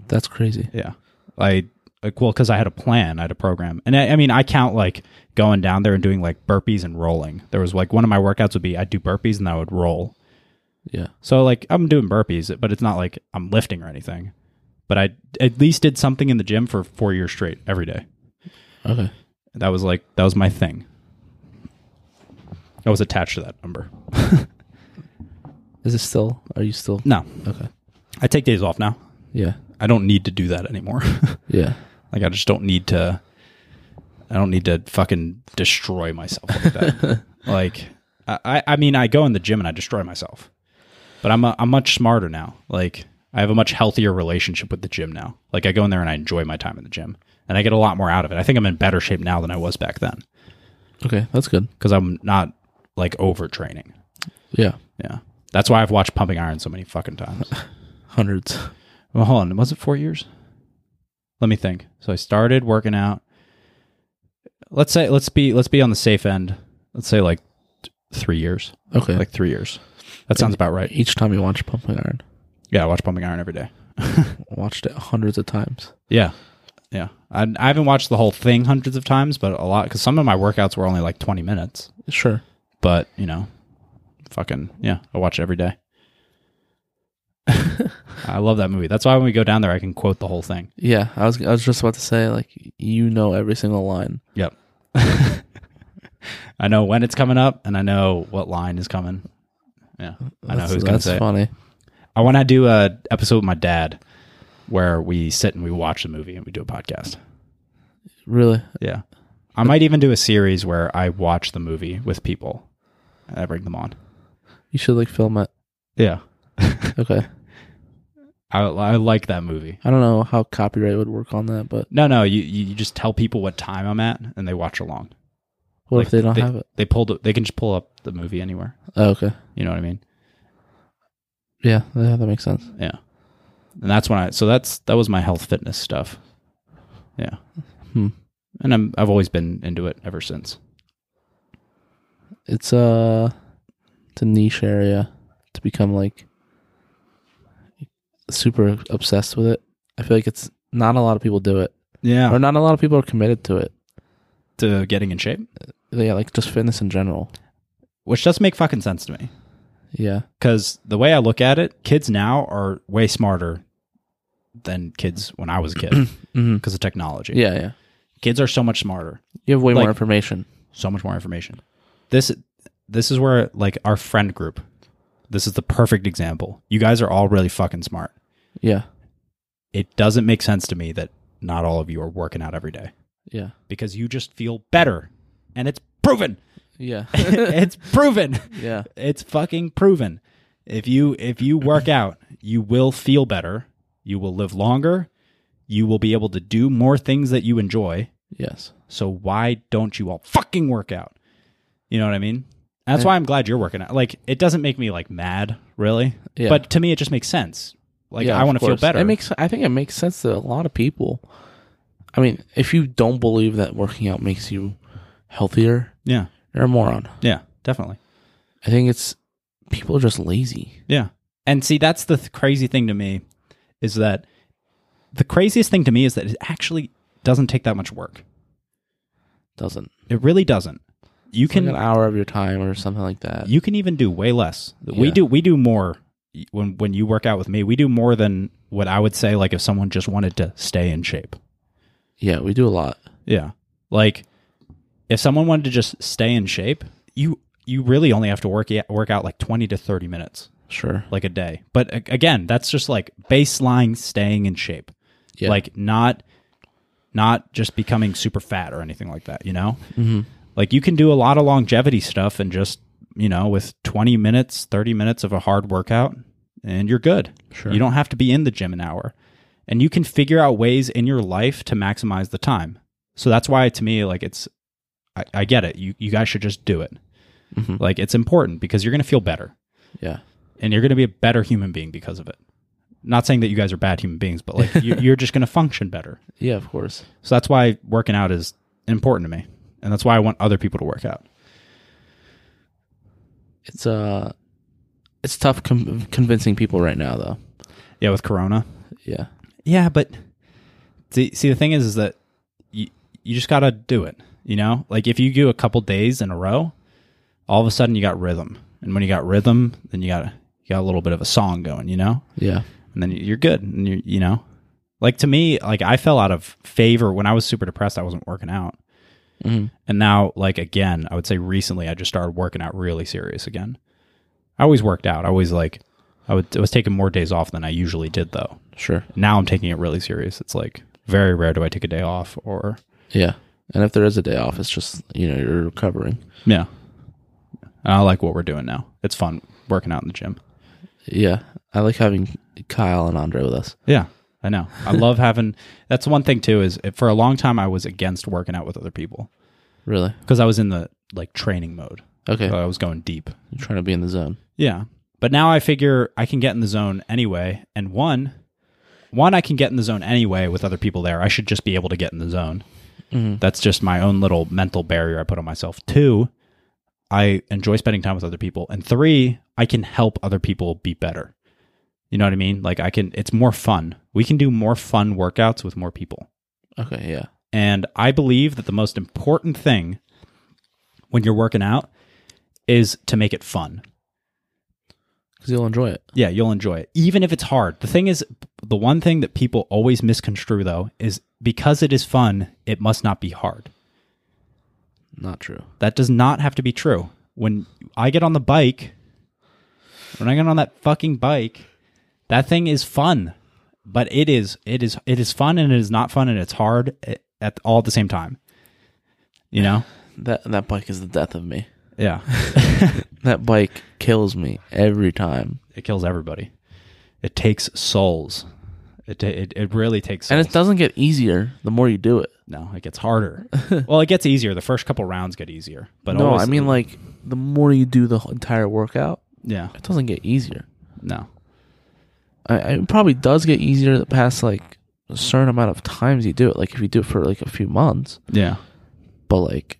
Speaker 2: That's crazy.
Speaker 3: yeah i like well because i had a plan i had a program and I, I mean i count like going down there and doing like burpees and rolling there was like one of my workouts would be i'd do burpees and then i would roll
Speaker 2: Yeah.
Speaker 3: so like i'm doing burpees but it's not like i'm lifting or anything but i at least did something in the gym for four years straight every day
Speaker 2: Okay.
Speaker 3: that was like that was my thing i was attached to that number
Speaker 2: Is it still? Are you still?
Speaker 3: no
Speaker 2: Okay.
Speaker 3: I take days off now.
Speaker 2: Yeah.
Speaker 3: I don't need to do that anymore.
Speaker 2: Yeah.
Speaker 3: like I just don't need to I don't need to fucking destroy myself like that. like I- I I mean I go in the gym and I destroy myself. But I'm a, I'm much smarter now. Like I have a much healthier relationship with the gym now. Like I go in there and I enjoy my time in the gym and I get a lot more out of it. I think I'm in better shape now than I was back then
Speaker 2: Okay. That's good.
Speaker 3: cuz I'm not like overtraining.
Speaker 2: Yeah.
Speaker 3: Yeah. That's why I've watched Pumping Iron so many fucking times.
Speaker 2: Hundreds.
Speaker 3: Well, hold on. Was it four years? Let me think. So I started working out. Let's say let's be let's be on the safe end. Let's say like th- three years.
Speaker 2: Okay.
Speaker 3: Like three years. That sounds about right.
Speaker 2: each time you watch Pumping Iron,
Speaker 3: Yeah, I watch Pumping Iron every day.
Speaker 2: watched it hundreds of times.
Speaker 3: Yeah, yeah. I, I haven't watched the whole thing hundreds of times, but a lot because some of my workouts were only like twenty minutes.
Speaker 2: Sure.
Speaker 3: But you know, fucking yeah, I watch it every day. I love that movie. That's why when we go down there, I can quote the whole thing.
Speaker 2: Yeah. I was. I was just about to say, like, you know every single line.
Speaker 3: Yep. I know when it's coming up and I know what line is coming. Yeah. I know
Speaker 2: That's-
Speaker 3: who's going
Speaker 2: That's
Speaker 3: to say it.
Speaker 2: funny.
Speaker 3: I want to do a episode with my dad where we sit and we watch the movie and we do a podcast.
Speaker 2: Really.
Speaker 3: Yeah. I might even do a series where I watch the movie with people and I bring them on.
Speaker 2: You should like film it.
Speaker 3: Yeah.
Speaker 2: Okay.
Speaker 3: I, I like that movie.
Speaker 2: I don't know how copyright would work on that, but
Speaker 3: No, no, you, you you just tell people what time I'm at and they watch along.
Speaker 2: what
Speaker 3: Like,
Speaker 2: if they don't have it?
Speaker 3: They pulled they can just pull up the movie anywhere.
Speaker 2: Oh, okay.
Speaker 3: You know what I mean?
Speaker 2: Yeah, yeah, that makes sense.
Speaker 3: Yeah. And that's when I so that's that was my health fitness stuff. Yeah.
Speaker 2: Hmm.
Speaker 3: And I'm I've always been into it ever since.
Speaker 2: It's uh it's a niche area to become like super obsessed with it. I feel like it's not a lot of people do it. Or
Speaker 3: Yeah.
Speaker 2: not a lot of people are committed to it.
Speaker 3: To getting in shape,
Speaker 2: Yeah, like just fitness in general.
Speaker 3: which does make fucking sense to me
Speaker 2: Yeah.
Speaker 3: cuz the way I look at it, kids now are way smarter than kids when I was a kid
Speaker 2: Mhm.
Speaker 3: because of technology.
Speaker 2: Yeah, yeah.
Speaker 3: Kids are so much smarter,
Speaker 2: You have way
Speaker 3: Like-
Speaker 2: more information.
Speaker 3: so much more information. This this is where like our friend group. This is the perfect example. You guys are all really fucking smart.
Speaker 2: Yeah.
Speaker 3: It doesn't make sense to me that not all of you are working out every day.
Speaker 2: Yeah.
Speaker 3: because you just feel better. And it's proven.
Speaker 2: Yeah.
Speaker 3: it's proven.
Speaker 2: yeah.
Speaker 3: It's fucking proven. If you if you work out, you will feel better. You will live longer. You will be able to do more things that you enjoy.
Speaker 2: Yes.
Speaker 3: So why don't you all fucking work out? You know what I mean? That's why I'm glad you're working out. Like it doesn't make me like mad, really.
Speaker 2: Yeah.
Speaker 3: But to me it just makes sense. Like
Speaker 2: Yeah,
Speaker 3: I
Speaker 2: of
Speaker 3: want to feel
Speaker 2: course.
Speaker 3: better.
Speaker 2: It makes I think it makes sense to a lot of people. I mean, if you don't believe that working out makes you healthier,
Speaker 3: Yeah.
Speaker 2: you're a moron.
Speaker 3: Yeah, definitely.
Speaker 2: I think it's people are just lazy.
Speaker 3: Yeah. And see, that's the th- crazy thing to me is that the craziest thing to me is that it actually doesn't take that much work.
Speaker 2: Doesn't
Speaker 3: It really doesn't. You
Speaker 2: It's like
Speaker 3: can
Speaker 2: an hour of your time or something like that.
Speaker 3: you can even do way less. We
Speaker 2: Yeah.
Speaker 3: do we do more when when you work out with me. We do more than what I would say like if someone just wanted to stay in shape.
Speaker 2: yeah, we do a lot.
Speaker 3: Yeah. Like if someone wanted to just stay in shape, you you really only have to work work out like 20 to 30 minutes
Speaker 2: Sure.
Speaker 3: like a day. But a- again, that's just like baseline staying in shape.
Speaker 2: Yeah.
Speaker 3: Like not not just becoming super fat or anything like that, you know?
Speaker 2: Mm-hmm.
Speaker 3: Like you can do a lot of longevity stuff and just, you know, with 20 minutes, 30 minutes of a hard workout and you're good.
Speaker 2: Sure.
Speaker 3: You don't have to be in the gym an hour. And you can figure out ways in your life to maximize the time. So that's why to me like it's I, I get it. You you guys should just do it.
Speaker 2: Mhm.
Speaker 3: Like it's important because you're going to feel better
Speaker 2: Yeah.
Speaker 3: and you're going to be a better human being because of it. Not saying that you guys are bad human beings, but like you, you're just going to function better.
Speaker 2: Yeah, of course.
Speaker 3: So that's why working out is important to me, and that's why I want other people to work out.
Speaker 2: It's uh it's tough com- convincing people right now though.
Speaker 3: Yeah, with Corona.
Speaker 2: Yeah.
Speaker 3: Yeah, but see, see the thing is, is that you you just got to do it. You know, like if you do a couple days in a row, all of a sudden you got rhythm, and when you got rhythm, then you got you got a little bit of a song going. You know,
Speaker 2: Yeah.
Speaker 3: and then you're good and you you know like to me like i fell out of favor when i was super depressed i wasn't working out
Speaker 2: Mhm.
Speaker 3: and now like again i would say recently i just started working out really serious again i always worked out i always like i would i was taking more days off than i usually did though
Speaker 2: Sure.
Speaker 3: now i'm taking it really serious it's like very rare do i take a day off or
Speaker 2: Yeah. And if there is a day off, it's just, you know, you're recovering.
Speaker 3: yeah and i like what we're doing now it's fun working out in the gym
Speaker 2: Yeah. I like having Kyle and Andre with us.
Speaker 3: Yeah, I know. I love having. That's one thing too. Is it- for a long time I was against working out with other people
Speaker 2: Really?
Speaker 3: because I was in the like training mode.
Speaker 2: Okay.
Speaker 3: I was going deep.
Speaker 2: You're trying to be in the zone.
Speaker 3: Yeah, but now I figure I can get in the zone anyway. And one, one I can get in the zone anyway with other people there. I should just be able to get in the zone.
Speaker 2: mm-hmm.
Speaker 3: That's just my own little mental barrier I put on myself. Two, I enjoy spending time with other people. And three, I can help other people be better. You know what I mean? Like I can it's more fun. We can do more fun workouts with more people.
Speaker 2: Okay, yeah.
Speaker 3: And I believe that the most important thing when you're working out is to make it fun.
Speaker 2: Cuz you'll enjoy it.
Speaker 3: Yeah, you'll enjoy it, even if it's hard. The thing is, the one thing that people always misconstrue, though, is because it is fun, it must not be hard.
Speaker 2: Not true.
Speaker 3: That does not have to be true. When I get on the bike, when I get on that fucking bike, that thing is fun, but it is it is it is fun and it is not fun and it's hard at, at all at the same time. You know?
Speaker 2: That that bike is the death of me.
Speaker 3: Yeah,
Speaker 2: That bike kills me every time.
Speaker 3: it kills everybody. It takes souls. It ta- it, it really takes. Souls.
Speaker 2: And it doesn't get easier the more you do it.
Speaker 3: No, it gets harder. well, it gets easier. The first couple rounds get easier, but
Speaker 2: no,
Speaker 3: always-
Speaker 2: I mean like the more you do the whole entire workout,
Speaker 3: yeah,
Speaker 2: it doesn't get easier.
Speaker 3: no,
Speaker 2: I, I- it probably does get easier the past like a certain amount of times you do it. Like if you do it for like a few months,
Speaker 3: yeah,
Speaker 2: but like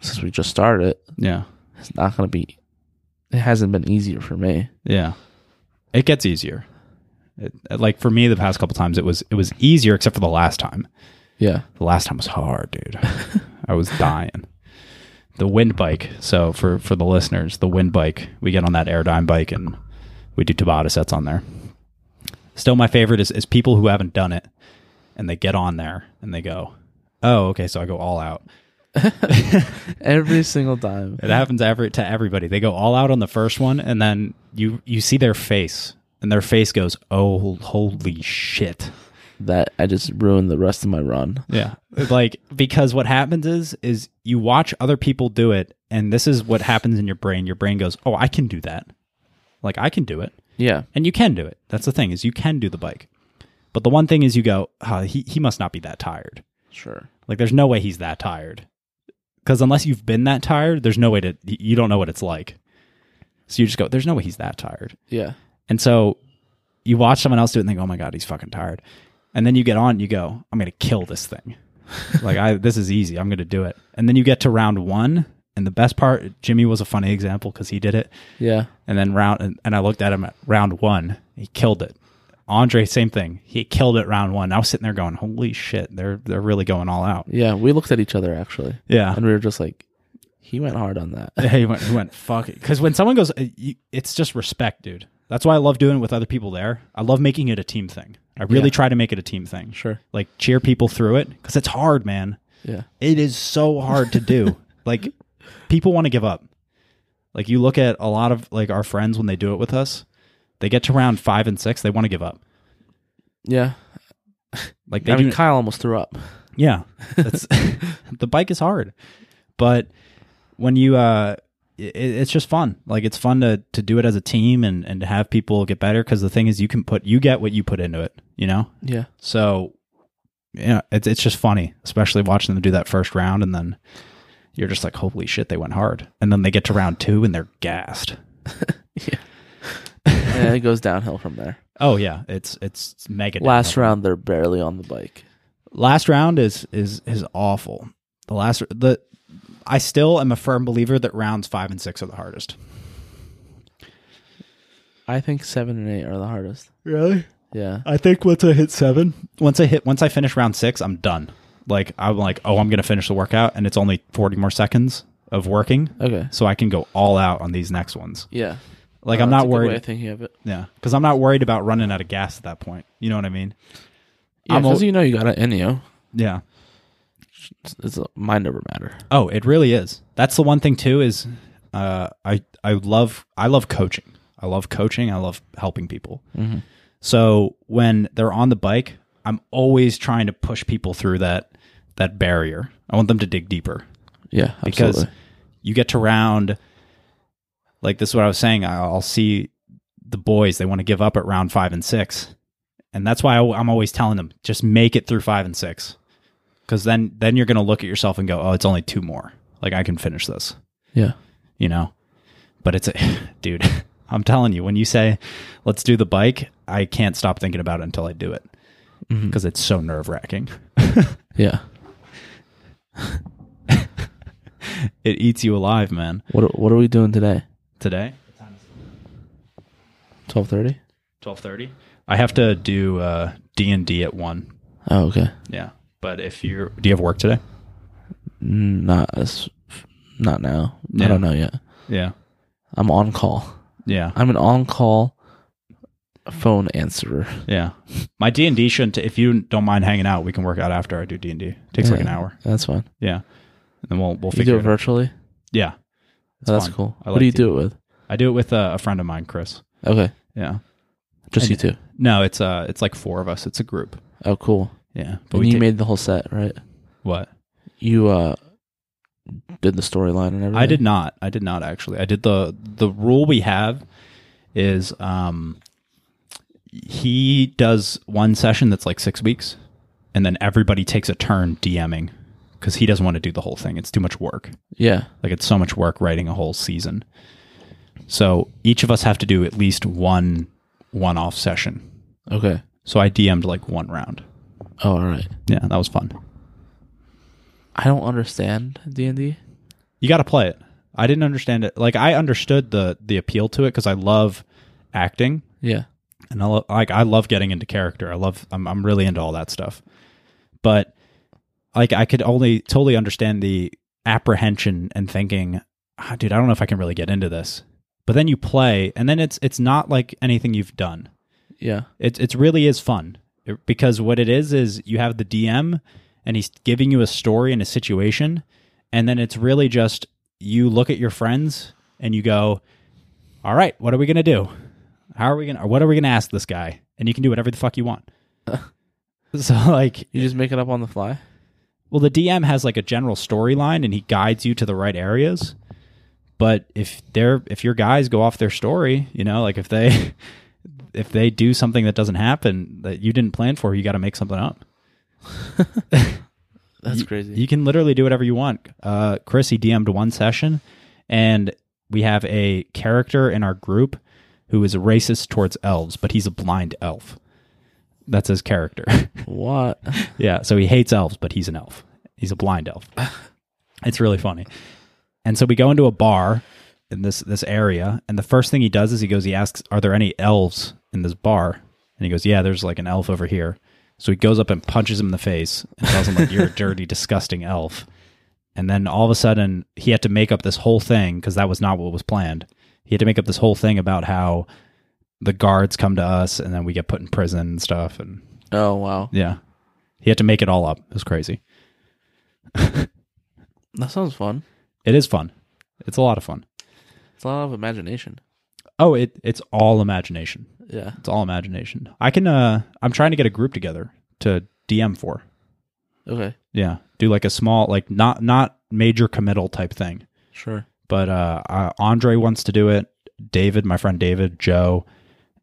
Speaker 2: since we just started, it,
Speaker 3: yeah,
Speaker 2: it's not gonna be. It hasn't been easier for me.
Speaker 3: yeah. It gets easier. It, like for me, the past couple times, it was it was easier, except for the last time.
Speaker 2: Yeah,
Speaker 3: The last time was hard, dude. I was dying. The wind bike. So for for the listeners, the wind bike. We get on that airdyne bike and we do Tabata sets on there. Still, my favorite is is people who haven't done it and they get on there and they go, "Oh, okay." So I go all out.
Speaker 2: every single time.
Speaker 3: It happens every to everybody. They go all out on the first one, and then you you see their face, and their face goes, "Oh, holy shit!"
Speaker 2: That I just ruined the rest of my run.
Speaker 3: Yeah, like because what happens is is you watch other people do it, and this is what happens in your brain. Your brain goes, "Oh, I can do that. Like I can do it."
Speaker 2: Yeah,
Speaker 3: and you can do it. That's the thing is you can do the bike. But the one thing is you go, oh, he he must not be that tired.
Speaker 2: sure.
Speaker 3: Like there's no way he's that tired. Cuz unless you've been that tired, there's no way to you don't know what it's like. So you just go, there's no way he's that tired.
Speaker 2: Yeah,
Speaker 3: And so you watch someone else do it and think, "Oh my god, he's fucking tired." And then you get on, and you go, "I'm going to kill this thing." like I this is easy. I'm going to do it. And then you get to round 1 And the best part, Jimmy was a funny example because he did it.
Speaker 2: Yeah.
Speaker 3: And then round, and, and I looked at him at round one. He killed it. Andre, same thing. He killed it round one. I was sitting there going, "Holy shit, they're they're really going all out."
Speaker 2: Yeah. We looked at each other actually.
Speaker 3: Yeah.
Speaker 2: And we were just like, he went hard on that.
Speaker 3: he went, he went, fuck it. Because when someone goes, uh, you- it's just respect, dude. That's why I love doing it with other people there. I love making it a team thing. I really
Speaker 2: Yeah.
Speaker 3: try to make it a team thing.
Speaker 2: Sure.
Speaker 3: Like cheer people through it because it's hard, man.
Speaker 2: Yeah.
Speaker 3: It is so hard to do. like people want to give up. Like you look at a lot of like our friends when they do it with us, they get to round five and six, they want to give up.
Speaker 2: Yeah.
Speaker 3: Like they
Speaker 2: I mean,
Speaker 3: do,
Speaker 2: Kyle almost threw up.
Speaker 3: Yeah. That's the bike is hard. But when you uh it, it's just fun. Like it's fun to to do it as a team and and to have people get better cuz the thing is you can put you get what you put into it, you know?
Speaker 2: Yeah.
Speaker 3: So yeah, it's it's just funny, especially watching them do that first round and then you're just like holy shit, they went hard. And then they get to round 2 and they're gassed.
Speaker 2: yeah. It goes downhill from there.
Speaker 3: Oh yeah, it's it's mega
Speaker 2: Last
Speaker 3: downhill.
Speaker 2: round, they're barely on the bike.
Speaker 3: last round is is is awful. The last the I still am a firm believer that rounds five and six are the hardest.
Speaker 2: I think seven and eight are the hardest.
Speaker 3: Really?
Speaker 2: Yeah.
Speaker 3: I think once I hit seven, once I hit once I finish round six, I'm done. Like I'm like, oh, I'm gonna finish the workout, and it's only forty more seconds of working,
Speaker 2: Okay.
Speaker 3: so I can go all out on these next ones.
Speaker 2: Yeah.
Speaker 3: Like
Speaker 2: Uh,
Speaker 3: I'm
Speaker 2: that's
Speaker 3: not
Speaker 2: a good way
Speaker 3: worried.
Speaker 2: of thinking of it.
Speaker 3: yeah, because I'm not worried about running out of gas at that point. You know what I mean?
Speaker 2: Yeah,
Speaker 3: I'm
Speaker 2: because
Speaker 3: al-
Speaker 2: you know you got an Enyo.
Speaker 3: Yeah.
Speaker 2: It's, it's a mind over matter.
Speaker 3: Oh, it really is. That's the one thing too is uh, I I love I love coaching. I love coaching. I love helping people.
Speaker 2: Mm-hmm.
Speaker 3: So when they're on the bike, I'm always trying to push people through that that barrier. I want them to dig deeper
Speaker 2: Yeah,
Speaker 3: because
Speaker 2: absolutely.
Speaker 3: you get to round like this is what I was saying. I- I'll see the boys they want to give up at round five and six, and that's why I, am always telling them just make it through five and six, because then then you're gonna look at yourself and go, oh, it's only two more. Like I can finish this,
Speaker 2: yeah,
Speaker 3: you know. But it's a dude. I'm telling you, when you say let's do the bike, I can't stop thinking about it until I do it because it's so nerve wracking.
Speaker 2: Mm-hmm. yeah.
Speaker 3: It eats you alive, man.
Speaker 2: What are- what are we doing today?
Speaker 3: Today,
Speaker 2: Twelve thirty.
Speaker 3: twelve thirty. I have to do uh, D and D at one
Speaker 2: Oh, okay.
Speaker 3: Yeah. But if you're, do you have work today?
Speaker 2: Mm, Not as, not now.
Speaker 3: Yeah.
Speaker 2: I don't know yet.
Speaker 3: Yeah.
Speaker 2: I'm on call.
Speaker 3: Yeah.
Speaker 2: I'm an on call phone answerer.
Speaker 3: Yeah. My D and D shouldn't, if you don't mind hanging out, we can work out after I do D and D. Takes like an
Speaker 2: Yeah,
Speaker 3: hour.
Speaker 2: That's fine.
Speaker 3: Yeah. And then we'll, we'll
Speaker 2: you do
Speaker 3: figure
Speaker 2: it
Speaker 3: it out.
Speaker 2: virtually.
Speaker 3: Yeah.
Speaker 2: Oh, that's
Speaker 3: fun.
Speaker 2: cool.
Speaker 3: I
Speaker 2: what do you
Speaker 3: like
Speaker 2: do it with?
Speaker 3: I do it with uh, a friend of mine, Chris.
Speaker 2: Okay,
Speaker 3: Yeah.
Speaker 2: just
Speaker 3: And-
Speaker 2: you two.
Speaker 3: No, it's, uh, it's like four of us. It's a group.
Speaker 2: Oh, cool.
Speaker 3: Yeah. But
Speaker 2: But
Speaker 3: we
Speaker 2: you
Speaker 3: take-
Speaker 2: made the whole set, right?
Speaker 3: what?
Speaker 2: You uh did the storyline and everything.
Speaker 3: I did not. I did not actually. I did the, the rule we have is, um, he does one session that's like six weeks and then everybody takes a turn DMing because he doesn't want to do the whole thing. It's too much work.
Speaker 2: Yeah.
Speaker 3: Like it's so much work writing a whole season. So each of us have to do at least one one off session.
Speaker 2: Okay.
Speaker 3: So I DM'd like one round.
Speaker 2: Oh, all right.
Speaker 3: Yeah, that was fun.
Speaker 2: I don't understand D and D.
Speaker 3: You got to play it. I didn't understand it. Like I understood the the appeal to it cuz I love acting
Speaker 2: Yeah.
Speaker 3: and I lo- like I love getting into character. I love I'm I'm really into all that stuff. But like I could only totally understand the apprehension and thinking, ah, dude, I don't know if I can really get into this. But then you play, and then it's it's not like anything you've done.
Speaker 2: Yeah.
Speaker 3: It it really is fun It- because what it is is you have the DM and he's giving you a story and a situation, and then it's really just you look at your friends and you go, "All right, what are we gonna do? How are we gonna? Or what are we gonna ask this guy?" And you can do whatever the fuck you want. so like,
Speaker 2: You just make it up on the fly.
Speaker 3: well, the DM has like a general storyline and he guides you to the right areas. But if they're if your guys go off their story, you know, like if they if they do something that doesn't happen that you didn't plan for, you got to make something up.
Speaker 2: That's crazy.
Speaker 3: You can literally do whatever you want. Uh, Chris, he DM'd one session, and we have a character in our group who is racist towards elves, but he's a blind elf. That's his character.
Speaker 2: what?
Speaker 3: yeah, so he hates elves, but he's an elf. He's a blind elf. It's really funny. And so we go into a bar in this this area, and the first thing he does is he goes, he asks, "Are there any elves in this bar?" And he goes, "Yeah, there's like an elf over here." So he goes up and punches him in the face and tells him, "Like you're a dirty, disgusting elf." And then all of a sudden, he had to make up this whole thing because that was not what was planned. He had to make up this whole thing about how the guards come to us and then we get put in prison and stuff. And
Speaker 2: Oh wow,
Speaker 3: yeah, he had to make it all up. It was crazy.
Speaker 2: that sounds fun.
Speaker 3: It is fun. It's a lot of fun.
Speaker 2: It's a lot of imagination.
Speaker 3: Oh, it it's all imagination.
Speaker 2: Yeah,
Speaker 3: It's all imagination. I can uh I'm trying to get a group together to DM for.
Speaker 2: okay,
Speaker 3: Yeah. Do like a small like not not major committal type thing.
Speaker 2: sure.
Speaker 3: but uh, uh Andre wants to do it. David, my friend David, Joe,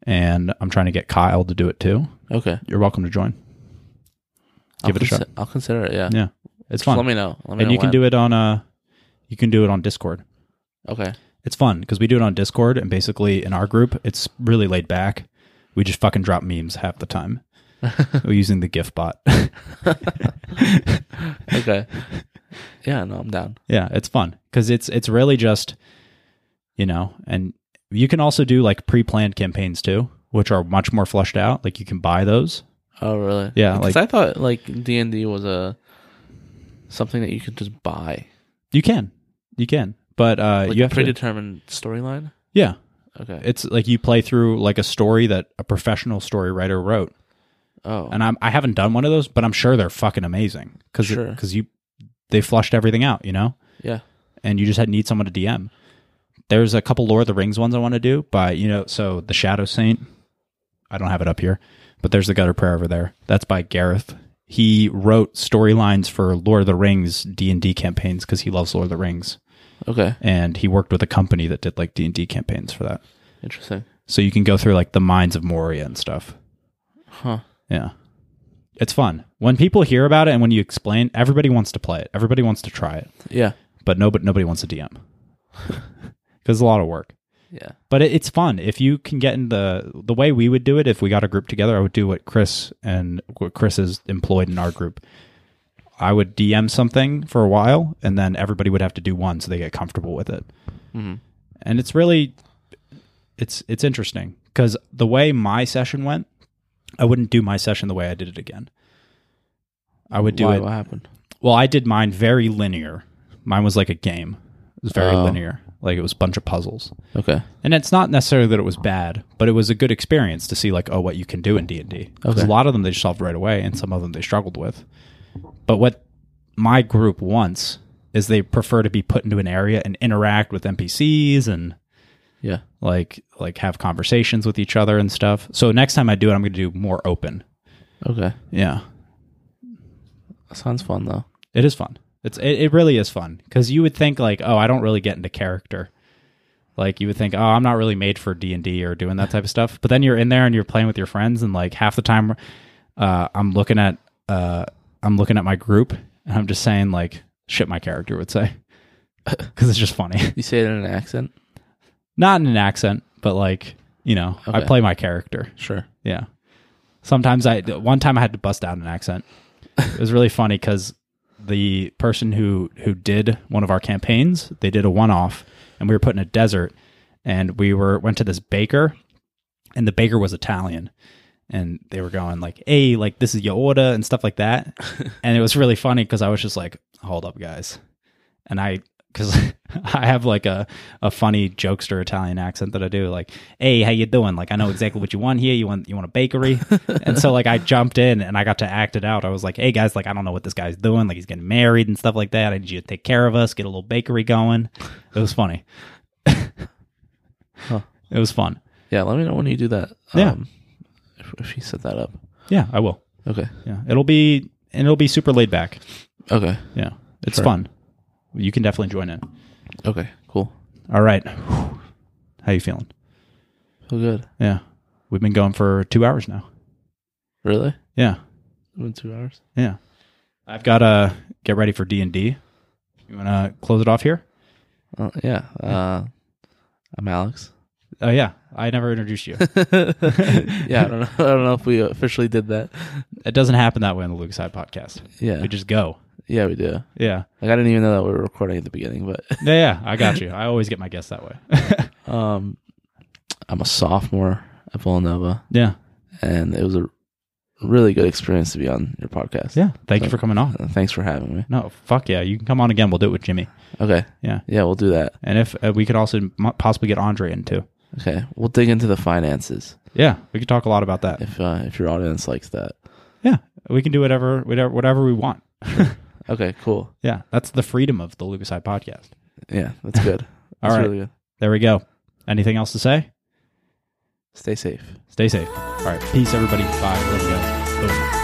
Speaker 3: and I'm trying to get Kyle to do it too.
Speaker 2: Okay,
Speaker 3: You're welcome to join.
Speaker 2: I'll
Speaker 3: Give it a shot.
Speaker 2: consi- I'll consider it. Yeah,
Speaker 3: Yeah, it's
Speaker 2: Just let
Speaker 3: fun,
Speaker 2: me know. Let me
Speaker 3: and
Speaker 2: know
Speaker 3: you can
Speaker 2: when.
Speaker 3: do it on uh you can do it on Discord.
Speaker 2: Okay,
Speaker 3: It's fun because we do it on Discord, and basically in our group, it's really laid back. We just fucking drop memes half the time. We're using the GIF bot.
Speaker 2: okay. yeah, no, I'm down.
Speaker 3: Yeah, it's fun because it's it's really just, you know, and you can also do like pre-planned campaigns too, which are much more flushed out. Like you can buy those.
Speaker 2: Oh really?
Speaker 3: Yeah,
Speaker 2: Because
Speaker 3: like-
Speaker 2: I thought like D and D was a something that you could just buy.
Speaker 3: You can, you can, but uh,
Speaker 2: Like
Speaker 3: you
Speaker 2: a
Speaker 3: have to.
Speaker 2: predetermined storyline.
Speaker 3: Yeah,
Speaker 2: Okay.
Speaker 3: it's like you play through like a story that a professional story writer wrote,
Speaker 2: oh.
Speaker 3: and I'm I haven't done one of those, but I'm sure they're fucking amazing because
Speaker 2: Sure.
Speaker 3: you they flushed everything out, you know,
Speaker 2: yeah.
Speaker 3: and you just had need someone to DM. There's a couple Lord of the Rings ones I want to do, but you know, so the Shadow Saint. I don't have it up here, but there's the Gutter Prayer over there. That's by Gareth. He wrote storylines for Lord of the Rings D and D campaigns because he loves Lord of the Rings.
Speaker 2: Okay.
Speaker 3: and he worked with a company that did like D and D campaigns for that.
Speaker 2: Interesting.
Speaker 3: So you can go through like the mines of Moria and stuff.
Speaker 2: Huh.
Speaker 3: Yeah, it's fun when people hear about it and when you explain. Everybody wants to play it. Everybody wants to try it,
Speaker 2: Yeah.
Speaker 3: but nobody nobody wants to DM because it's a lot of work.
Speaker 2: Yeah.
Speaker 3: But it, it's fun if you can get in the the way we would do it. If we got a group together, I would do what Chris and what Chris is employed in our group. I would DM something for a while, and then everybody would have to do one so they get comfortable with it.
Speaker 2: Mhm.
Speaker 3: and it's really it's it's interesting because the way my session went i wouldn't do my session the way i did it again i would do
Speaker 2: Why,
Speaker 3: it
Speaker 2: What happened?
Speaker 3: well i did mine very linear mine was like a game it was very
Speaker 2: Oh.
Speaker 3: linear like it was a bunch of puzzles
Speaker 2: Okay.
Speaker 3: and it's not necessarily that it was bad but it was a good experience to see like oh what you can do in d&d because
Speaker 2: Okay.
Speaker 3: a lot of them they solved right away and some of them they struggled with but what my group wants is they prefer to be put into an area and interact with npcs and
Speaker 2: Yeah.
Speaker 3: like like have conversations with each other and stuff. So next time I do it, I'm going to do more open.
Speaker 2: Okay.
Speaker 3: Yeah,
Speaker 2: Sounds fun though.
Speaker 3: it is fun. It's it, it really is fun because you would think like, oh, I don't really get into character. Like you would think, oh, I'm not really made for D and D or doing that type of stuff. But then you're in there and you're playing with your friends, and like half the time, uh, I'm looking at uh, I'm looking at my group, and I'm just saying like shit my character would say because it's just funny.
Speaker 2: You say it in an accent?
Speaker 3: not in an accent, but like you know, I
Speaker 2: Okay.
Speaker 3: play my character.
Speaker 2: Sure.
Speaker 3: Yeah. Sometimes I, one time I had to bust out an accent. It was really funny because the person who, who did one of our campaigns, they did a one off and we were put in a desert and we were, went to this baker and the baker was Italian and they were going like, Hey, like this is your order and stuff like that. and it was really funny because I was just like, hold up guys. And I, because I have like a, a funny jokester Italian accent that I do, like, "Hey, how you doing?" Like, I know exactly what you want here. You want you want a bakery, and so like I jumped in and I got to act it out. I was like, "Hey guys, like I don't know what this guy's doing. Like he's getting married and stuff like that. I need you to take care of us, get a little bakery going." It was funny.
Speaker 2: Huh.
Speaker 3: It was fun.
Speaker 2: Yeah. Let me know when you do that. Um,
Speaker 3: Yeah.
Speaker 2: if, if you set that up.
Speaker 3: Yeah, I will.
Speaker 2: Okay.
Speaker 3: Yeah, it'll be and it'll be super laid back.
Speaker 2: Okay.
Speaker 3: Yeah, it's
Speaker 2: Sure.
Speaker 3: fun. You can definitely join in.
Speaker 2: Okay. Cool.
Speaker 3: All right, Whew. how you feeling?
Speaker 2: Feel good.
Speaker 3: Yeah, we've been going for two hours now.
Speaker 2: Really?
Speaker 3: Yeah.
Speaker 2: In two hours?
Speaker 3: Yeah. I've got to get ready for D&D. You want to close it off here?
Speaker 2: Uh, yeah. Uh, I'm Alex.
Speaker 3: Oh yeah, I never introduced you.
Speaker 2: yeah. I don't know. I don't know if we officially did that.
Speaker 3: it doesn't happen that way on the Luke's Side podcast.
Speaker 2: Yeah.
Speaker 3: We just go.
Speaker 2: Yeah, we do.
Speaker 3: Yeah.
Speaker 2: Like I didn't even know that we were recording at the beginning, but
Speaker 3: Yeah, yeah. I got you. I always get my guests that way.
Speaker 2: um, I'm a sophomore at Villanova,
Speaker 3: yeah.
Speaker 2: and it was a really good experience to be on your podcast.
Speaker 3: Yeah. Thank you for coming on.
Speaker 2: Uh, Thanks for having me.
Speaker 3: No, fuck yeah. You can come on again. We'll do it with Jimmy.
Speaker 2: Okay.
Speaker 3: Yeah.
Speaker 2: Yeah, we'll do that.
Speaker 3: And if uh, we could also m- possibly get Andre in too.
Speaker 2: Okay. We'll dig into the finances
Speaker 3: Yeah. We could talk a lot about that.
Speaker 2: if uh, if your audience likes that.
Speaker 3: Yeah. We can do whatever, whatever, whatever we want.
Speaker 2: Okay, cool.
Speaker 3: Yeah. That's the freedom of the Lucaside podcast.
Speaker 2: Yeah, that's good.
Speaker 3: All
Speaker 2: That's
Speaker 3: right.
Speaker 2: really good.
Speaker 3: There we go. Anything else to say?
Speaker 2: Stay safe.
Speaker 3: Stay safe. All right. Peace, everybody. Bye. Love you guys. Boom.